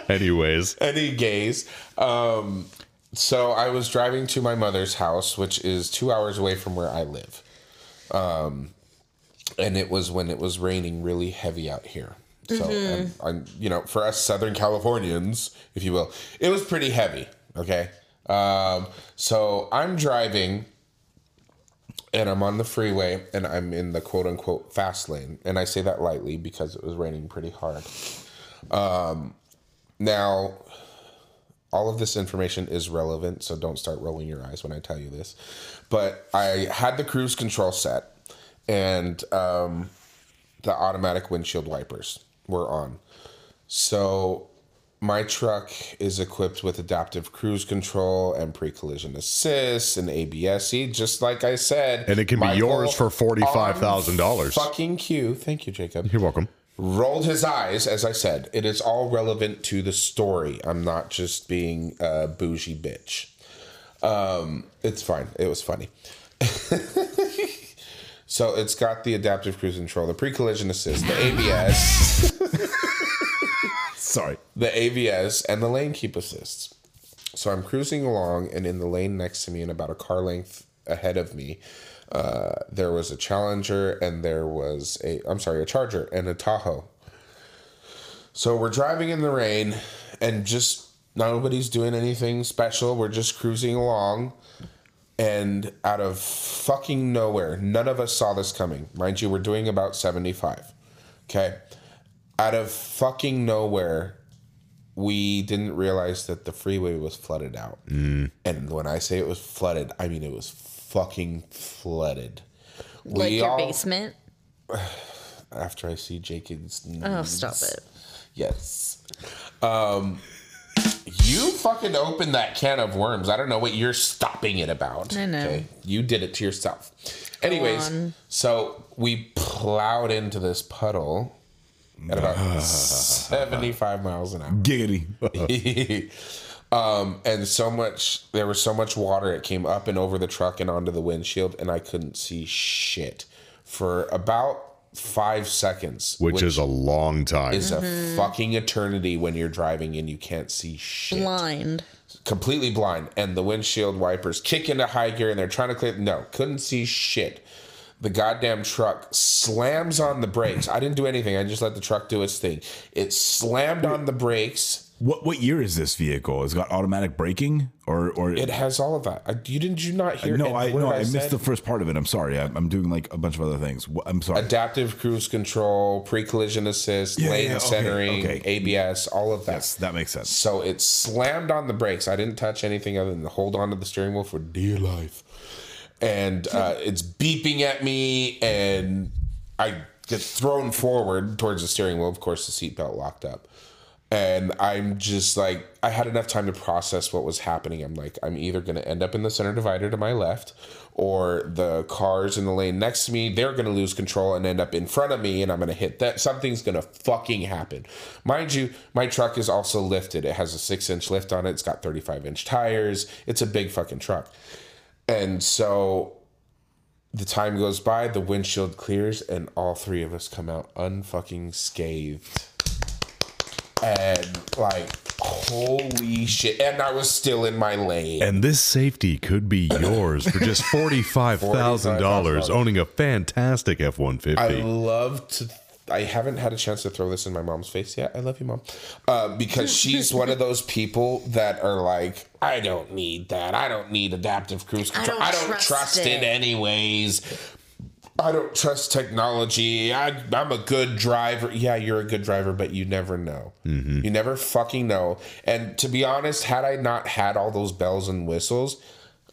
Anyways, any gays. Um, so I was driving to my mother's house, which is two hours away from where I live. Um, and it was when it was raining really heavy out here. So, and I'm, you know, for us Southern Californians, if you will, it was pretty heavy. Okay. Um, so I'm driving and I'm on the freeway and I'm in the quote unquote fast lane. And I say that lightly because it was raining pretty hard. Um, now, all of this information is relevant, so don't start rolling your eyes when I tell you this. But I had the cruise control set and um, the automatic windshield wipers were on. So my truck is equipped with adaptive cruise control and pre-collision assist and ABSE, just like I said. and it can be Michael yours for forty-five thousand dollars. Fucking Q. Thank you, Jacob. You're welcome. Rolled his eyes, as I said. It is all relevant to the story. I'm not just being a bougie bitch. Um, it's fine. It was funny. so it's got the adaptive cruise control, the pre-collision assist, the ABS, Sorry. the ABS, and the lane keep assist. So I'm cruising along, and in the lane next to me, and about a car length ahead of me, uh, there was a Challenger, and there was a I'm sorry, a Charger and a Tahoe. So we're driving in the rain, and just nobody's doing anything special. We're just cruising along, and out of fucking nowhere, none of us saw this coming. Mind you, we're doing about 75. Okay. Out of fucking nowhere, we didn't realize that the freeway was flooded out. And when I say it was flooded, I mean it was fucking flooded. like we your all, basement. After I see Jacob's. Oh, stop it. Yes. Um, you fucking opened that can of worms. I don't know what you're stopping it about. I know. You did it to yourself. Anyways, on. so we plowed into this puddle at about 75 miles an hour. Giggity. um, and so much, there was so much water, it came up and over the truck and onto the windshield, and I couldn't see shit for about five seconds. Which, is a long time. is a fucking eternity when you're driving and you can't see shit. Blind. Completely blind. And the windshield wipers kick into high gear and they're trying to clear. No, couldn't see shit. The goddamn truck slams on the brakes. I didn't do anything. I just let the truck do its thing. It slammed on the brakes. What what year is this vehicle? It's got automatic braking or or It has all of that. I, you didn't you not hear? no, a I word no, I, missed said? the first part of it. I'm sorry. I, I'm doing like a bunch of other things. Wh- I'm sorry. adaptive cruise control, pre-collision assist, Yeah, lane yeah, okay, centering, okay. ABS, all of that. yes, that makes sense. So it slammed on the brakes. I didn't touch anything other than hold on to the steering wheel for dear life. And uh, it's beeping at me, and I get thrown forward towards the steering wheel. Of course, the seatbelt locked up. And I'm just like, I had enough time to process what was happening. I'm like, I'm either going to end up in the center divider to my left, or the cars in the lane next to me, they're going to lose control and end up in front of me, and I'm going to hit that. Something's going to fucking happen. Mind you, my truck is also lifted. It has a six inch lift on it, it's got 35 inch tires. It's a big fucking truck. And so the time goes by, the windshield clears, and all three of us come out unfucking scathed. And like, holy shit. And I was still in my lane. And this safety could be yours for just $45,000 owning a fantastic F I 150. love to. I haven't had a chance to throw this in my mom's face yet. I love you, mom, uh, because she's one of those people that are like, I don't need that. I don't need adaptive cruise control. don't I don't, trust, trust it. it." anyways. I don't trust technology. I, I'm a good driver. Yeah, you're a good driver, but you never know. You never fucking know. And to be honest, had I not had all those bells and whistles,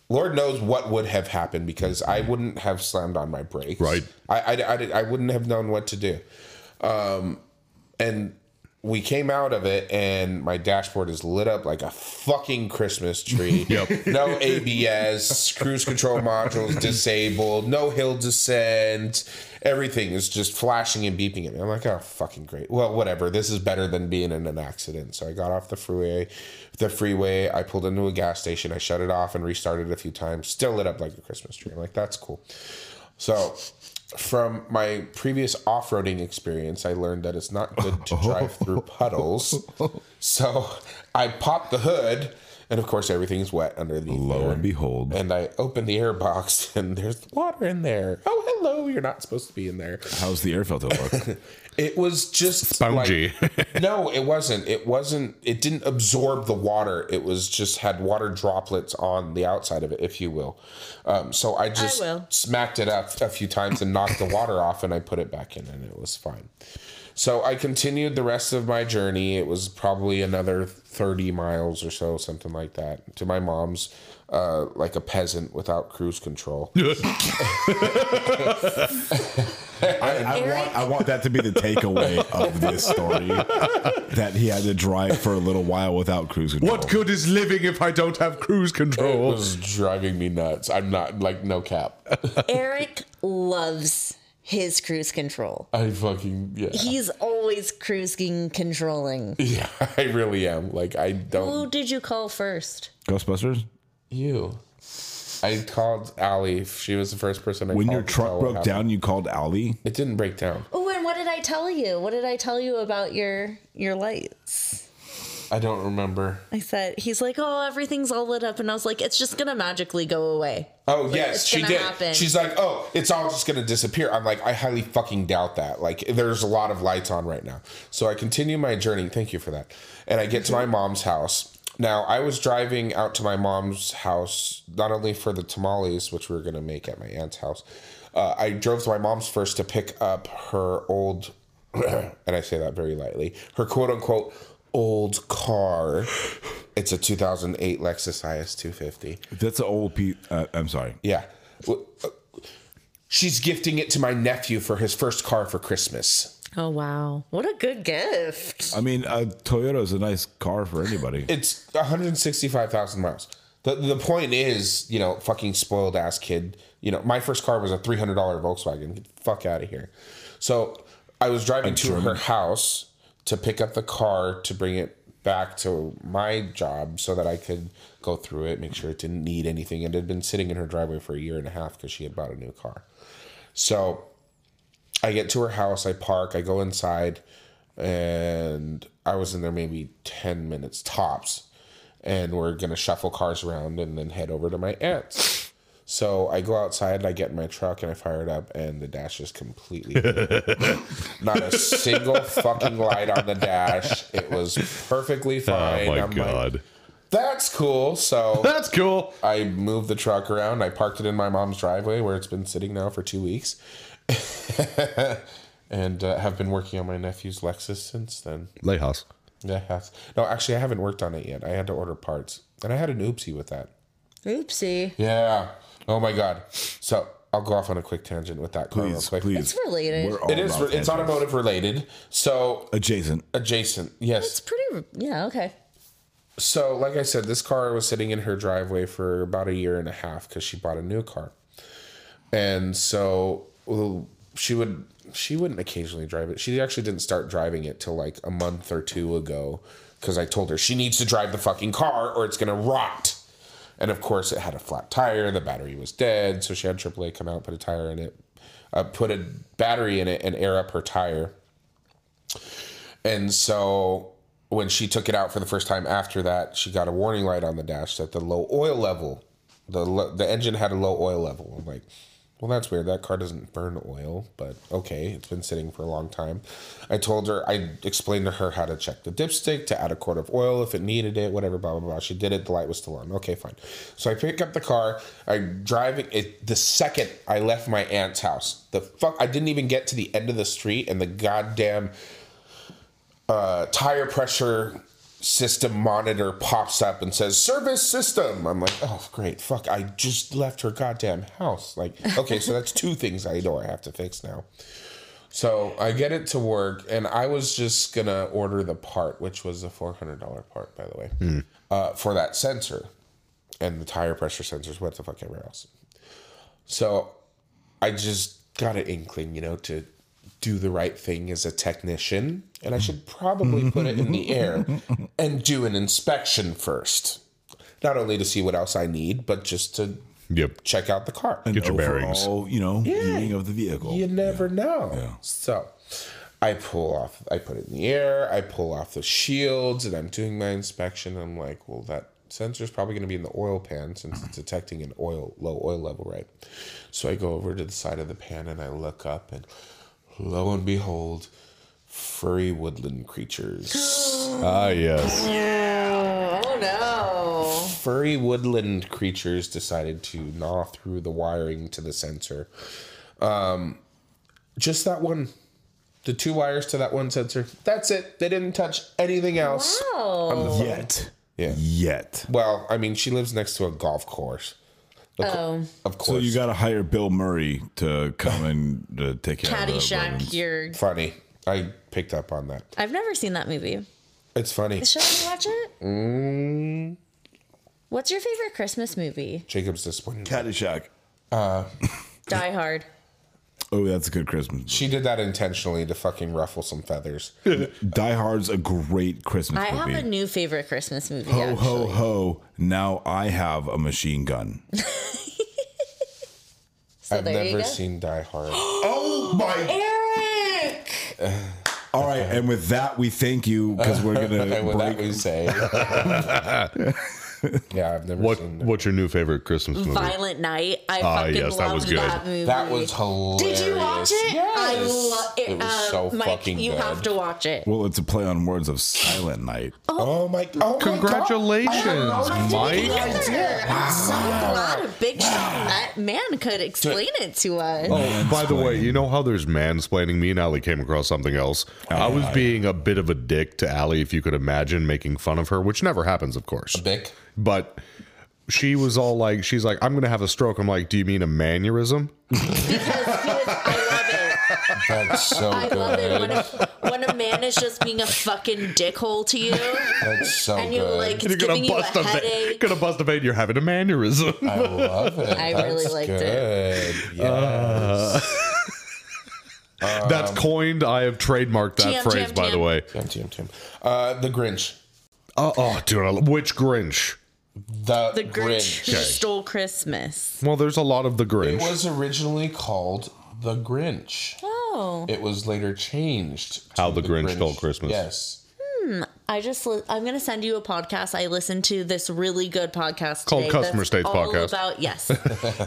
Lord knows what would have happened because I wouldn't have slammed on my brakes. Right. I, I, I, did- I wouldn't have known what to do. Um, and we came out of it, and my dashboard is lit up like a fucking Christmas tree. Yep. No ABS, cruise control modules disabled, no hill descent. Everything is just flashing and beeping at me. I'm like, oh, fucking great. Well, whatever. This is better than being in an accident. So I got off the freeway. The freeway. I pulled into a gas station. I shut it off and restarted a few times. Still lit up like a Christmas tree. I'm like, that's cool. So, from my previous off roading experience, I learned that it's not good to drive through puddles. So, I popped the hood, and of course, everything's wet underneath. Lo there. and behold. And I opened the air box, and there's water in there. Oh, hello. You're not supposed to be in there. How's the air filter look? It was just Spongy. like- no, it wasn't. It wasn't. It didn't absorb the water. It was just had water droplets on the outside of it, if you will. Um, so I just will. smacked it up a few times and knocked the water off, and I put it back in, and it was fine. So I continued the rest of my journey. It was probably another thirty miles or so, something like that, to my mom's, uh, like a peasant without cruise control. I, I want, I want that to be the takeaway of this story that he had to drive for a little while without cruise control. What good is living if I don't have cruise It control? was driving me nuts. I'm not like no cap. Eric loves his cruise control. I fucking yeah. He's always cruising controlling. Yeah, I really am. Like I don't Who did you call first? Ghostbusters? you. I called Allie. She was the first person I When called your to tell truck Oh, what broke happened. down, you called Ali? It didn't break down. Oh, and what did I tell you? What did I tell you about your your lights? I don't remember. I said he's like, "Oh, everything's all lit up." And I was like, "It's just going to magically go away." Oh yes, it's she gonna did. happen. She's like, "Oh, it's all just gonna disappear." I'm like, I highly fucking doubt that. Like, there's a lot of lights on right now, so I continue my journey. Thank you for that. And I get to Mm-hmm. my mom's house. Now I was driving out to my mom's house not only for the tamales, which we were gonna make at my aunt's house. Uh, I drove to my mom's first to pick up her old, and I say that very lightly, her quote unquote old car. It's a 2008 Lexus IS 250. That's an old Pete. Uh, I'm sorry. Yeah. W- uh, She's gifting it to my nephew for his first car for Christmas. Oh, wow. What a good gift. I mean, a Toyota is a nice car for anybody. It's 165,000 miles. The, the point is, you know, fucking spoiled ass kid. You know, my first car was a $300 Volkswagen. Get the fuck out of here. So I was driving to her house to pick up the car to bring it back to my job so that I could go through it, make sure it didn't need anything. It had been sitting in her driveway for a year and a half because she had bought a new car. So I get to her house, I park, I go inside, and I was in there maybe 10 minutes tops. And we're going to shuffle cars around and then head over to my aunt's. So I go outside and I get in my truck and I fire it up, and the dash is completely not a single fucking light on the dash. It was perfectly fine. oh my I'm like, god. That's cool. So That's cool. I moved the truck around. I parked it in my mom's driveway where it's been sitting now for two weeks. and uh, have been working on my nephew's Lexus since then. Lejos. Yeah, has. No, actually, I haven't worked on it yet. I had to order parts. And I had an oopsie with that. Oopsie. Yeah. Oh, my God. So I'll go off on a quick tangent with that. car real Please, quick. please. It's related. We're all It is. about It's tangents. automotive related. So adjacent. adjacent. Yes. It's pretty Yeah, okay. So, like I said, this car was sitting in her driveway for about a year and a half because she bought a new car, and so well, she would she wouldn't occasionally drive it. She actually didn't start driving it till like a month or two ago because I told her she needs to drive the fucking car or it's gonna rot. And of course, it had a flat tire. The battery was dead, so she had AAA come out, put a tire in it, uh, put a battery in it, and air up her tire. And so when she took it out for the first time after that, she got a warning light on the dash that the low oil level, the lo- the engine had a low oil level. I'm like, well, that's weird. That car doesn't burn oil, but okay, it's been sitting for a long time. I told her, I explained to her how to check the dipstick to add a quart of oil if it needed it, whatever, blah blah blah. She did it. The light was still on. Okay, fine. So I pick up the car. I drive it- it. The second I left my aunt's house, the fuck, I didn't even get to the end of the street, and the goddamn uh, tire pressure system monitor pops up and says service system i'm like oh great fuck i just left her goddamn house like okay so that's two things i know i have to fix now so i get it to work and i was just gonna order the part which was a $400 part by the way uh, for that sensor and the tire pressure sensors what the fuck ever else so I just got an inkling, you know, to do the right thing as a technician. And I should probably put it in the air and do an inspection first. Not only to see what else I need, but just to Yep. Check out the car. Get your bearings. Overall, you know, viewing of the vehicle. You never know. So I pull off, I put it in the air, I pull off the shields, and I'm doing my inspection. I'm like, well, that sensor's probably going to be in the oil pan since it's detecting an oil, low oil level, right? So I go over to the side of the pan and I look up, and lo and behold, furry woodland creatures. Ah, uh, yes. Oh no. furry woodland creatures decided to gnaw through the wiring to the sensor. Um, just that one, the two wires to that one sensor. That's it. They didn't touch anything else. Oh. Yet. Yeah. Yet. Well, I mean, she lives next to a golf course. Of, co- Oh. of So course. you got to hire Bill Murray to come and uh, take care of the rodents. Caddyshack, you're. funny. I picked up on that. I've never seen that movie. It's funny. Should I watch it? Mm. What's your favorite Christmas movie? Jacob's disappointed. Caddyshack. Die Hard. Oh, that's a good Christmas. She did that intentionally to fucking ruffle some feathers. Die Hard's a great Christmas I have movie. a new favorite Christmas movie. ho ho actually. ho! Now I have a machine gun. So I've there you never go. seen Die Hard. oh my! Eric. All right, and with that we thank you because we're gonna and with that, we break. say. yeah, I've never What seen that. What's your new favorite Christmas movie? Violent Night. I Ah, fucking love yes, that that was good. movie. That was hilarious. Did you watch it? I love it. It was um, so Mike, fucking you good. have to watch it. Well, it's a play on words of Silent Night. Oh my! Oh Congratulations, Mike. I'm so glad a big shot that man could explain it to us. Oh, by the way, you know how there's mansplaining? Me and Allie came across something else. I was being a bit of a dick to Allie, if you could imagine, making fun of her, which never happens, of course. Bick. But she was all like, she's like, I'm going to have a stroke. I'm like, do you mean a mannerism? I love it. That's so I good. love it when a, when a man is just being a fucking dickhole to you, That's so and good. you're like, it's You're giving gonna you a bust a vein. headache. Gonna bust a vein. You're having a mannerism. I love it. I really liked it. it. Yeah. That's Um, coined. I have trademarked that TM, phrase, TM, by the TM. way. Damn, damn, damn. Uh, the Grinch. Uh, oh, dude, I lo- which Grinch? The, The Grinch Grinch. who stole Christmas. Well, there's a lot of the It Grinch. was originally called The Grinch. Oh, It was later changed. to How the Grinch Stole Christmas. Yes. I just li- I'm gonna send you a podcast. I listened to this really good podcast Called today Customer that's States all Podcast. About yes,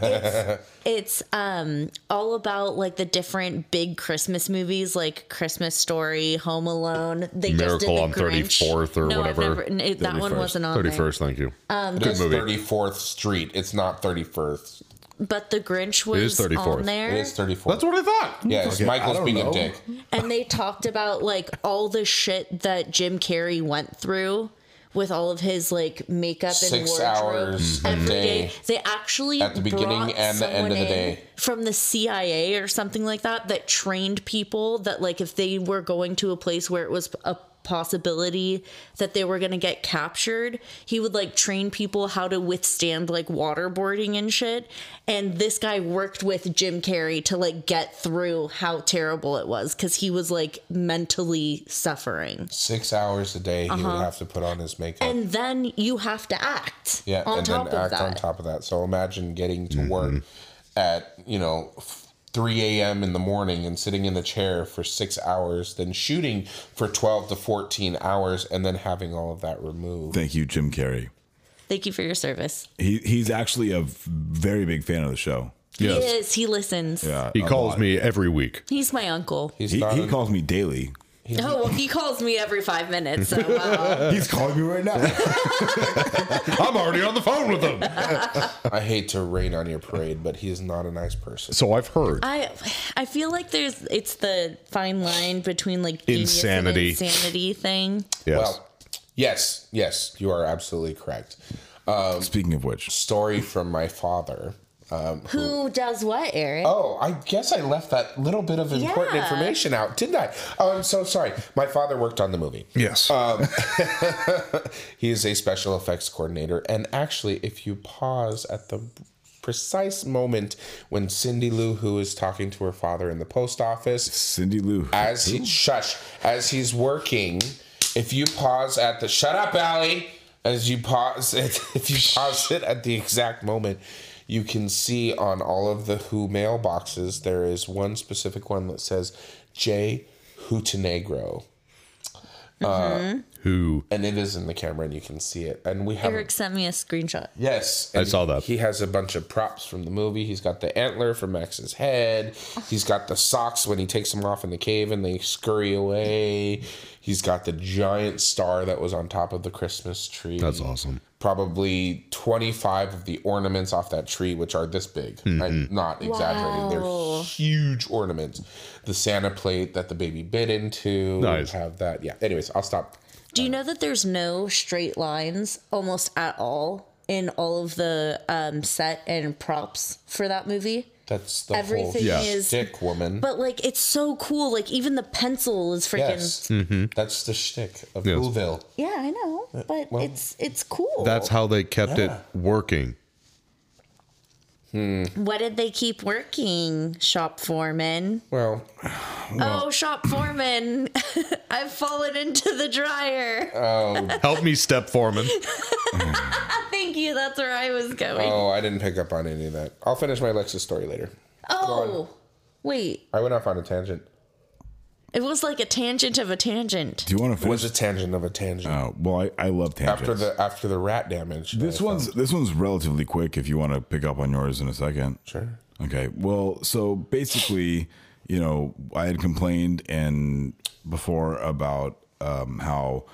it's, it's um all about like the different big Christmas movies, like Christmas Story, Home Alone. They just did Miracle the on Grinch. 34th or No, I've whatever. never- n- it- that one 31st, wasn't on there. 31st, thank you. Um, It is 34th Street. It's not 31st. but the Grinch was 34th. on there. It is 34th. That's what I thought. yeah, it's Michael's being a dick. and they talked about like all the shit that Jim Carrey went through with all of his like makeup and Six wardrobe hours a every day. day. They actually At the beginning brought and the end of someone the in day. from the CIA or something like that that trained people that like if they were going to a place where it was a possibility that they were going to get captured he would like train people how to withstand like waterboarding and shit and this guy worked with Jim Carrey to like get through how terrible it was cuz he was like mentally suffering Six hours a day he would have to put on his makeup. Uh-huh. and then you have to act yeah, on and top then of act that on top of that. So imagine getting to work at, you know, f- 3 a.m. in the morning and sitting in a chair for six hours, then shooting for 12 to 14 hours, and then having all of that removed. Thank you, Jim Carrey. thank you for your service He he's actually a very big fan of the show. he is he listens Yeah, He a calls lot. me every week. he's my uncle He's He, not he an- calls me daily. Oh, well, he calls me every five minutes. So, uh, He's calling me right now. I'm already on the phone with him. I hate to rain on your parade, but he is not a nice person. So I've heard. I I feel like there's it's the fine line between like genius and Insanity. insanity thing. yes. Well, yes, yes, you are absolutely correct. Speaking of which, Story from my father. Who does what, Eric? Oh, I guess I left that little bit of important Yeah. information out, didn't I? Oh, I'm so sorry. My father worked on the movie. yes. Uh, He is a special effects coordinator. And actually, if you pause at the precise moment when Cindy Lou Who is talking to her father in the post office, Cindy Lou. as he shush, as he's working, if you pause at the shut up, Allie, as you pause it, if you pause it at the exact moment, You can see on all of the Who mailboxes, there is one specific one that says J. Hootenegro. Uh, Who? and it is in the camera and you can see it. And we have Eric sent me a screenshot. Yes, I and saw that. He has a bunch of props from the movie. He's got the antler for Max's head. He's got the socks when he takes them off in the cave and they scurry away. He's got the giant star that was on top of the Christmas tree. That's awesome. Probably 25 of the ornaments off that tree, which are this big. Mm-hmm. I'm not exaggerating. They're huge ornaments. The Santa plate that the baby bit into. Nice. Have that. Yeah. Anyways, I'll stop. Do you know that there's no straight lines almost at all in all of the um, set and props for that movie? That's the Everything whole Yeah. is- dick woman. But like, it's so cool. Like, even the pencil is freaking. Yes, Mm-hmm. that's the shtick of Yes. Whoville. Yeah, I know, but Uh, well- it's it's cool. That's how they kept Yeah. it working. What did they keep working, shop foreman? Well, oh, shop foreman, I've fallen into the dryer. Help me, step foreman. Thank you. That's where I was going. Uh, oh, I didn't pick up on any of that. I'll finish my Lexus story later. oh, wait. I went off on a tangent. It was like a tangent of a tangent. Do you want to It was finish? a tangent of a tangent. Uh, well, I, I love tangents. after the after the rat damage. This I one's this one's relatively quick. If you want to pick up on yours in a second, Sure. Okay. Well, so basically, you know, I had complained and before about um, how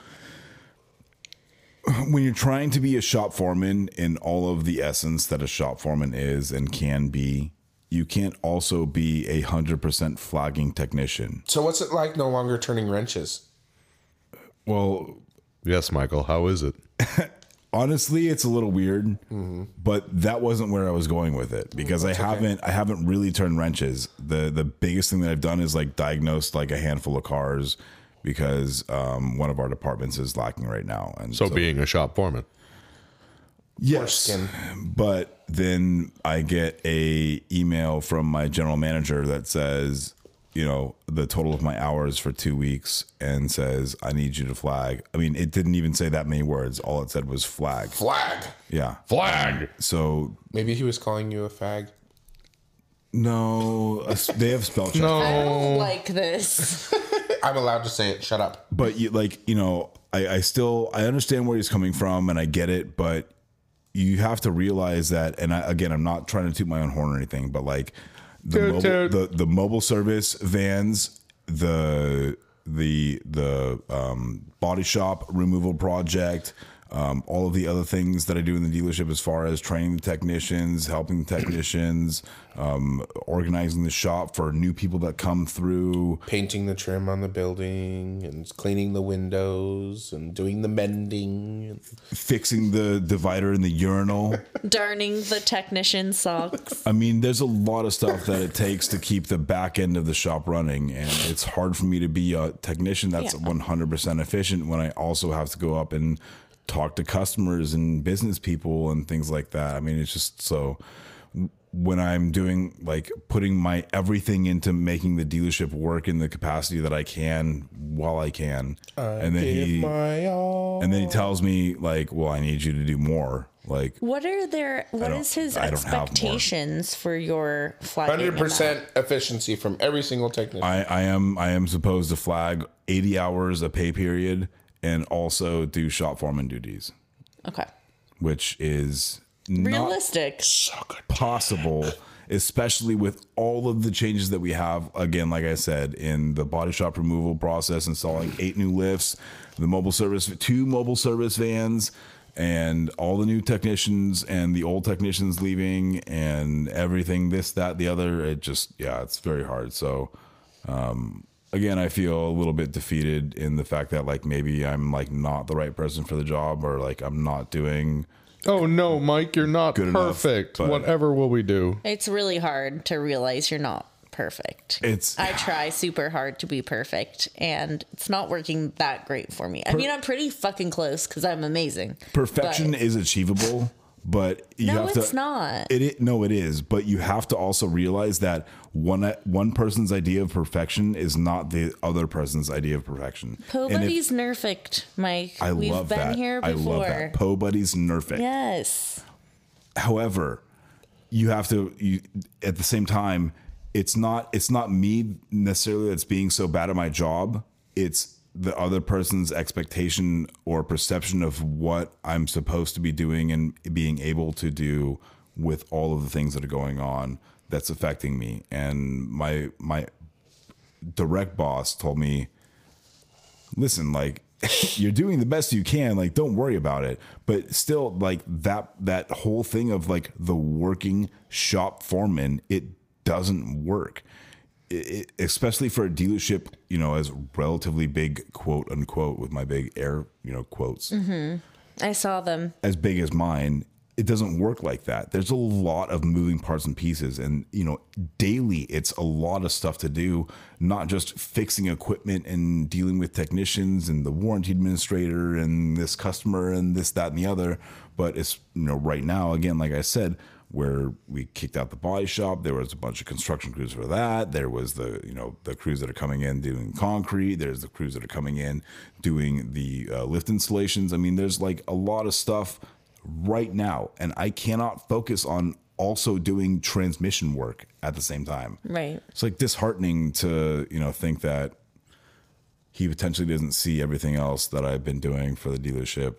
when you're trying to be a shop foreman in all of the essence that a shop foreman is and can be, you can't also be a hundred percent flogging technician. So what's it like no longer turning wrenches? Well, Yes, Michael. How is it? honestly it's a little weird but that wasn't where i was going with it because i haven't i haven't really turned wrenches the the biggest thing that i've done is like diagnosed like a handful of cars because um, one of our departments is lacking right now and So being a shop foreman. yes Skin. but then i get a email from my general manager that says you know the total of my hours for two weeks and says i need you to flag i mean it didn't even say that many words all it said was flag Flag. yeah Flag. so Maybe he was calling you a fag. No, uh, they have spell check. don't like this. I'm allowed to say it. Shut up. But you, like, you know, I, I still I understand where he's coming from and I get it, but you have to realize that. And I, again, I'm not trying to toot my own horn or anything, but like the Toot, mobile, toot. the the mobile service vans, the the the um, body shop removal project. Um, all of the other things that I do in the dealership, as far as training the technicians, helping the technicians, um, organizing the shop for new people that come through, Painting the trim on the building and cleaning the windows and doing the mending. fixing the divider in the urinal. Darning the technician socks. I mean, there's a lot of stuff that it takes to keep the back end of the shop running, and it's hard for me to be a technician that's 100% efficient when I also have to go up and talk to customers and business people and things like that. I mean, it's just so when I'm doing like putting my everything into making the dealership work in the capacity that I can while I can, and then Give he my all. and then he tells me like, "Well, I need you to do more." Like, What are their? What don't- is his I don't have more. expectations for your flagging? Hundred amount? percent efficiency from every single technician. I, I am I am supposed to flag 80 hours a pay period and also do shop foreman duties, Okay. which is Realistic. not possible, especially with all of the changes that we have. Again, like I said, in the body shop removal process, installing eight new lifts, the mobile service, two mobile service vans. And all the new technicians and the old technicians leaving and everything, this, that, the other. It just, yeah, it's very hard. So, um, again, I feel a little bit defeated in the fact that like maybe I'm like not the right person for the job or like I'm not doing Oh no, Mike, you're not Good enough, perfect. but- Whatever will we do? It's really hard to realize you're not perfect. it's I try super hard to be perfect, and it's not working that great for me. I mean, I'm pretty fucking close because I'm amazing. perfection but- is achievable, but you No, have to it's not. It, it no, it is, but you have to also realize that one one person's idea of perfection is not the other person's idea of perfection. Po And if- buddy's nerfect, Mike. I We've love been that. here I before. love that. Poe buddies nerfing. Yes. However, you have to you, at the same time it's not it's not me necessarily that's being so bad at my job it's the other person's expectation or perception of what i'm supposed to be doing and being able to do with all of the things that are going on that's affecting me and my my direct boss told me listen like you're doing the best you can like don't worry about it but still like that that whole thing of like the working shop foreman it doesn't work it, it- especially for a dealership you know as relatively big quote unquote with my big air you know quotes Mm-hmm. I saw them. as big as mine it doesn't work like that there's a lot of moving parts and pieces and you know daily it's a lot of stuff to do not just fixing equipment and dealing with technicians and the warranty administrator and this customer and this that and the other but it's you know right now again like i said where we kicked out the body shop. There was a bunch of construction crews for that. There was the you know the crews that are coming in doing concrete. There's the crews that are coming in doing the uh, lift installations. I mean, there's like a lot of stuff right now, and I cannot focus on also doing transmission work at the same time. Right. It's like disheartening to you know think that he potentially doesn't see everything else that I've been doing for the dealership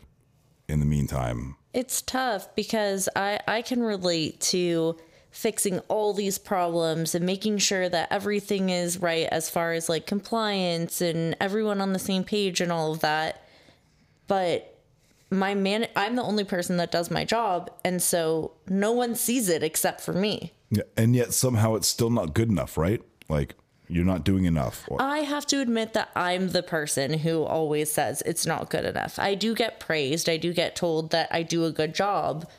in the meantime. It's tough because I, I can relate to fixing all these problems and making sure that everything is right as far as like compliance and everyone on the same page and all of that. But my man, I'm the only person that does my job. And so no one sees it except for me. Yeah, and yet somehow it's still not good enough, right? Like you're not doing enough. Or- I have to admit that I'm the person who always says it's not good enough. I do get praised. I do get told that I do a good job,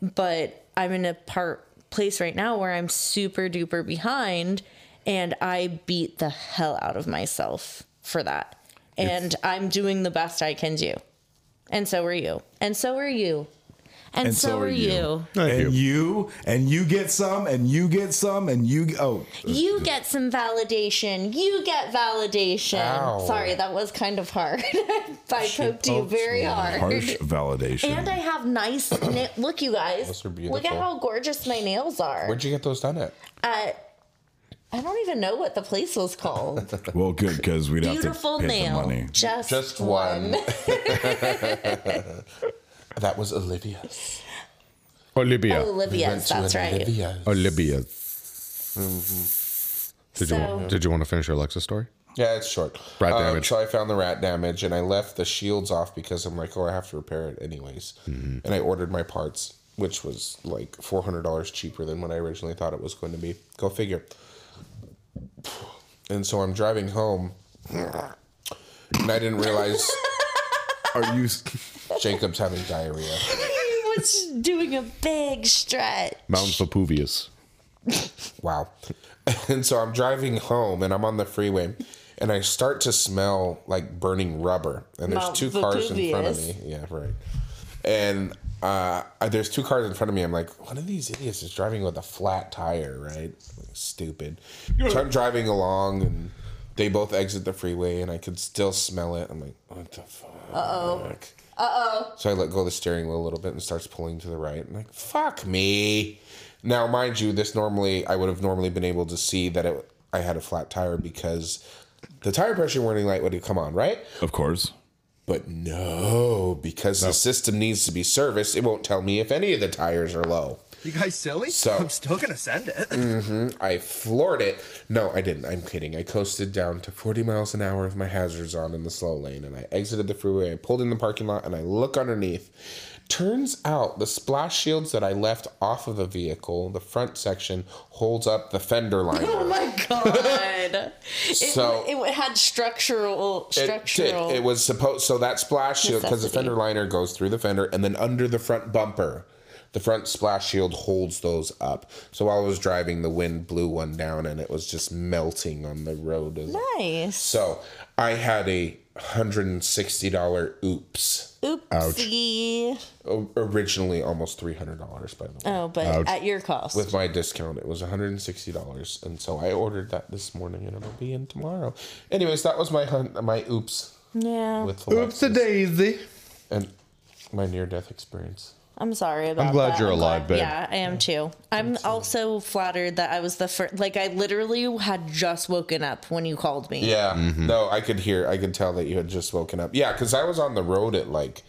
but I'm in a part place right now where I'm super duper behind and I beat the hell out of myself for that. And I'm doing the best I can do. And so are you. And so are you. And, so, are you. And you and you get some and you get some and you oh You get some validation. You get validation. Ow. Sorry, that was kind of hard. I poked you very hard. harsh validation. And I have nice na- look, you guys. Those are Look at beautiful. how gorgeous my nails are. Where'd you get those done at? Uh, I don't even know what the place was called. well, good because we'd Beautiful have to pay nail. some money. Just, Just one. that was Olivia's. Olivia. Olivia's, We went to that's right. Olivia's. Olivia. Did you So- want, did you want to finish your Alexa story? Yeah, it's short. Rat Um, damage. so I found the rat damage, and I left the shields off because I'm like, oh, I have to repair it anyways. And I ordered my parts, which was like four hundred dollars cheaper than what I originally thought it was going to be. Go figure. And so I'm driving home, and I didn't realize. Are you? Jacob's having diarrhea. he was doing a big stretch. Mount Vepuvius. Wow. And so I'm driving home and I'm on the freeway and I start to smell like burning rubber. And there's Mount two cars in front of me. Vesuvius. Yeah, right. And uh, there's two cars in front of me. I'm like, one of these idiots is driving with a flat tire, right? Like, stupid. So I'm driving along and they both exit the freeway and I could still smell it. I'm like, what the fuck? Uh oh. Uh So I let go of the steering wheel a little bit and starts pulling to the right. And like, fuck me. Now, mind you, this normally I would have normally been able to see that it, I had a flat tire because the tire pressure warning light would have come on, right? Of course. But no, because the system needs to be serviced, it won't tell me if any of the tires are low. You guys silly? So- I'm still gonna send it. hmm I floored it. No, I didn't. I'm kidding. I coasted down to 40 miles an hour with my hazards on in the slow lane, and I exited the freeway. I pulled in the parking lot, and I look underneath. Turns out the splash shields that I left off of the vehicle, the front section, holds up the fender oh. liner. Oh my god. it, So- it had structural It, did. structural. it was supposed so that splash shield because the Necessity. fender liner goes through the fender and then under the front bumper, the front splash shield holds those up. So while I was driving, the wind blew one down and it was just melting on the road. as- nice. So I had a hundred and sixty dollar oops. Oopsie. O- Originally almost three hundred dollars, by the way. Oh, but Ouch. at your cost. With my discount, it was one hundred and sixty dollars, and so I ordered that this morning, and it'll be in tomorrow. Anyways, that was my hun- my oops yeah. with Alexis daisy. and my near death experience. I'm sorry about glad that. you're alive, babe. Yeah, I am too. I'm also flattered that I was the first. Like, I literally had just woken up when you called me. Yeah. No, I could hear. I could tell that you had just woken up. Yeah, because I was on the road at like,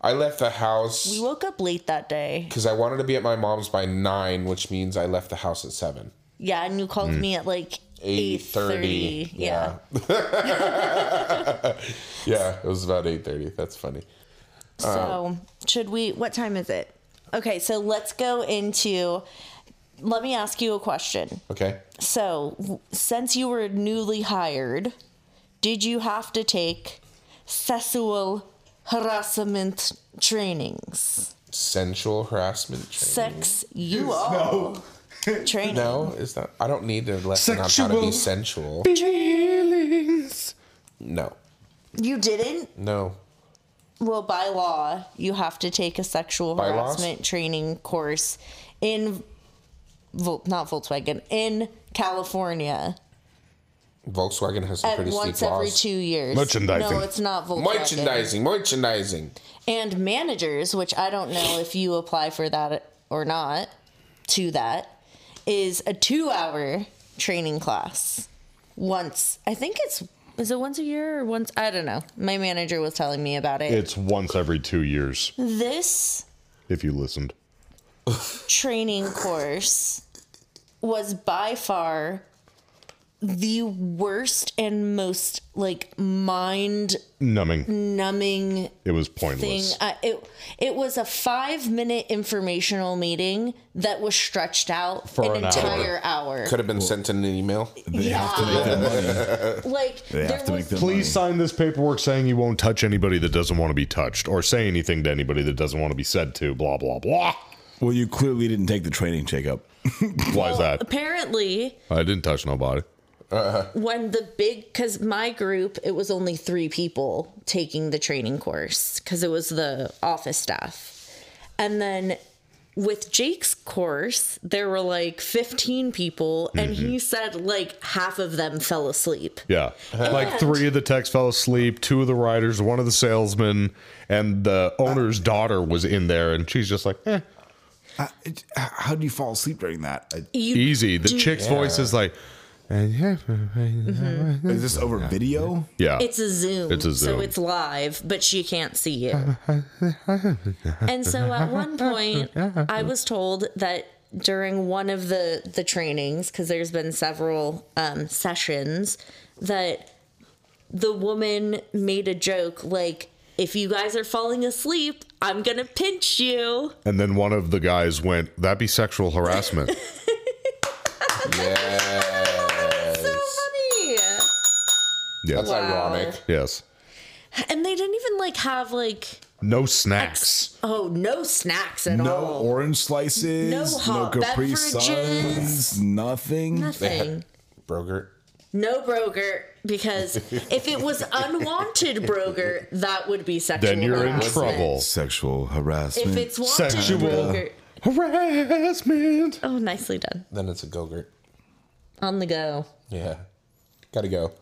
I left the house We woke up late that day. because I wanted to be at my mom's by nine, which means I left the house at seven. Yeah, and you called Mm. me at like Eight thirty. 8:30. Yeah. Yeah, it was about eight thirty. That's funny. Uh, So, should we? What time is it? Okay, so let's go into. Let me ask you a question. okay. So, w- since you were newly hired, did you have to take sexual harassment trainings? Sensual harassment. Sex you all Training. training. No, it's not. I don't need a lesson on how to Sexual be sensual. Feelings. No, You didn't? no. Well, by law, you have to take a sexual By laws? harassment training course in Vol- not Volkswagen in California Volkswagen has some at pretty once steep every laws. two years. No, it's not Volkswagen. Merchandising, merchandising. and managers, which I don't know if you apply for that or not, to that is a two hour training class once. I think it's is it once a year or once? I don't know. My manager was telling me about it. It's once every two years, this if you listened. training course was by far the worst and most like mind Numbing. numbing It was thing. pointless. I, it it was a five minute informational meeting that was stretched out For an, an hour. entire hour. Could have been sent in an email. They have to make that Like there was Please sign this paperwork saying you won't touch anybody that doesn't want to be touched or say anything to anybody that doesn't want to be said to, blah, blah, blah. Well, you clearly didn't take the training, Jacob. Why is that? apparently I didn't touch nobody. when the big because my group it was only three people taking the training course because it was the office staff and then with jake's course there were like 15 people and he said like half of them fell asleep Yeah. Like three of the techs fell asleep, two of the riders, one of the salesmen, and the owner's daughter was in there, and she's just like, eh. How do you fall asleep during that? You- Easy. The do- chick's Yeah. Mm-hmm. voice is like, Is this over video? Yeah. it's a zoom It's a so Zoom. it's live but she can't see you and so at one point i was told that during one of the the trainings because there's been several um, sessions that the woman made a joke like if you guys are falling asleep i'm gonna pinch you And then one of the guys went, that'd be sexual harassment. yes. yes. That's Wow. ironic. Yes. and they didn't even like have like No snacks. oh no snacks at no all orange slices, No no, hot Capri beverages. Suns, nothing. Nothing. Broger. No broger, because if it was unwanted broger, that would be sexual. harassment. Sexual harassment. If it's wanted broger, harassment. Oh, nicely done. Then it's a go-gurt. On the go. Yeah. Gotta go.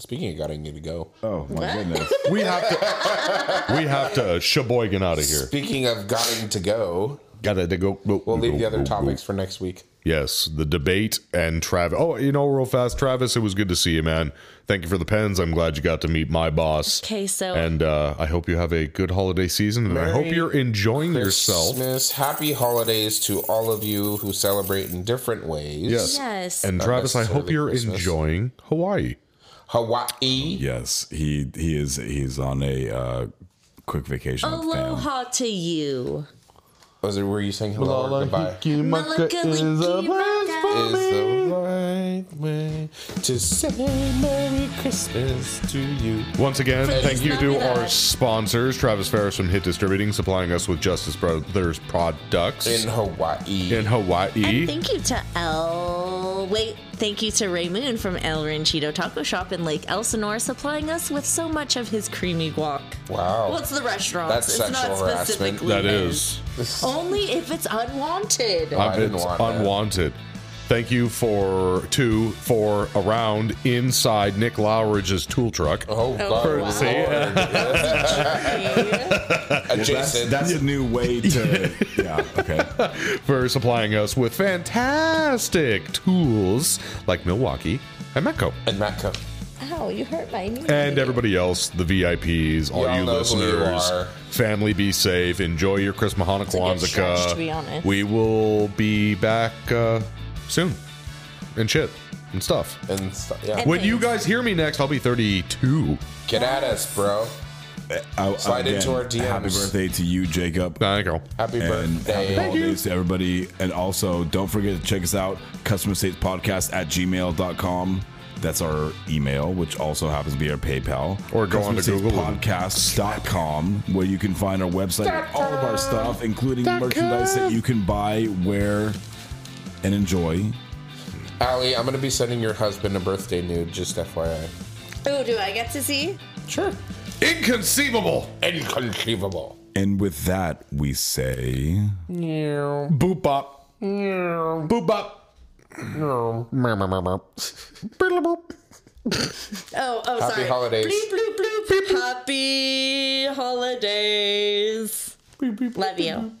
Speaking of gotta need to go. Oh my What? goodness. we have to We have to shaboygan out of here. Speaking of gotta to go. Gotta to go. We'll leave the other topics for next week. Yes, the debate and Travis. Oh, you know, real fast, Travis, it was good to see you, man. Thank you for the pens. I'm glad you got to meet my boss. Okay, so- And uh, I hope you have a good holiday season, and I hope Merry you're enjoying yourself. Christmas. Happy holidays to all of you who celebrate in different ways. Yes. And Not Travis, I hope necessarily you're Christmas. enjoying Hawaii. Hawaii. Yes, he he is he's on a uh, quick vacation. with fam. Aloha to you. Was it were you saying hello or goodbye? Malaka is a wiki place for Is the right way to say Merry Christmas to you. Once again, Please thank you to remember that. our sponsors, Travis Ferris from Hit Distributing, supplying us with Justice Brothers products In Hawaii. In Hawaii. And thank you to El. Wait, thank you to Raymoon from El Ranchito Taco Shop in Lake Elsinore, supplying us with so much of his creamy guac. Wow. What's the restaurant? That's sexual harassment. Only if it's unwanted. Um, it's unwanted. Thank you for two for around inside Nick Lowridge's tool truck. Oh, For- wow. see? Adjacent. that's a new way to. yeah. Okay. for supplying us with fantastic tools like Milwaukee and Metco. And Metco. Ow, you hurt my knee. And everybody else, the VIPs, all Y'all you know who you listeners, are. family be safe. Enjoy your Chris Mahana It's a good stretch, to be Kwanzaa. honest. We will be back uh, soon and shit and stuff. And stuff, yeah. when you guys hear me next, I'll be 32. Get at us, bro. I, Slide into our DMs. Happy birthday to you, Jacob. Thank you. Happy and happy birthday. holidays to everybody. And also, don't forget to check us out, customer states podcast at gmail.com. That's our email, which also happens to be our PayPal. Or go on to Google and- Podcast.com, where you can find our website and all of our stuff, including merchandise that you can buy, wear, and enjoy. Allie, I'm going to be sending your husband a birthday nude, just FYI. Oh, do I get to see? Sure. Inconceivable. Inconceivable. And with that, we say. Boop bop. Boop bop. Oh, oh, Happy sorry. holidays. Bloop, bloop, bloop. Happy holidays. Love you.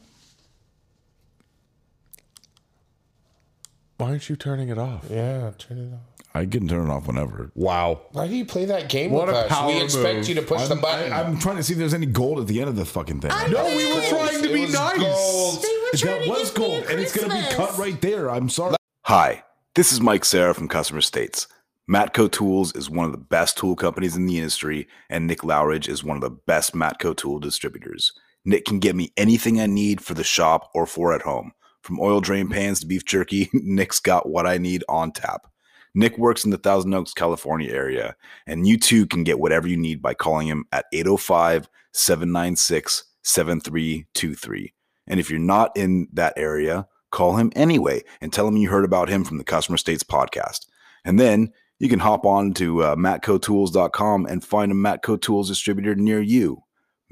Why aren't you turning it off? Yeah, turn it off. I can turn it off whenever. Wow. Why do you play that game What with a us? power we expect move. you to push the button. I, am trying to see if there's any gold at the end of the fucking thing. I No, we were Yes. trying to It be was nice. gold. They were trying that to was give me a gold, and it's going to be Christmas. cut right there. I'm sorry. Hi, this is Mike Sarah from Customer States. Matco Tools is one of the best tool companies in the industry, and Nick Lowridge is one of the best Matco tool distributors. Nick can get me anything I need for the shop or for at home. From oil drain pans to beef jerky, Nick's got what I need on tap. Nick works in the Thousand Oaks, California area, and you too can get whatever you need by calling him at 805 796 7323. And if you're not in that area, call him anyway and tell him you heard about him from the Customer States podcast. And then you can hop on to uh, matcotools.com and find a Matco Tools distributor near you.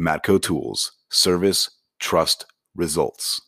Matco Tools, service, trust, results.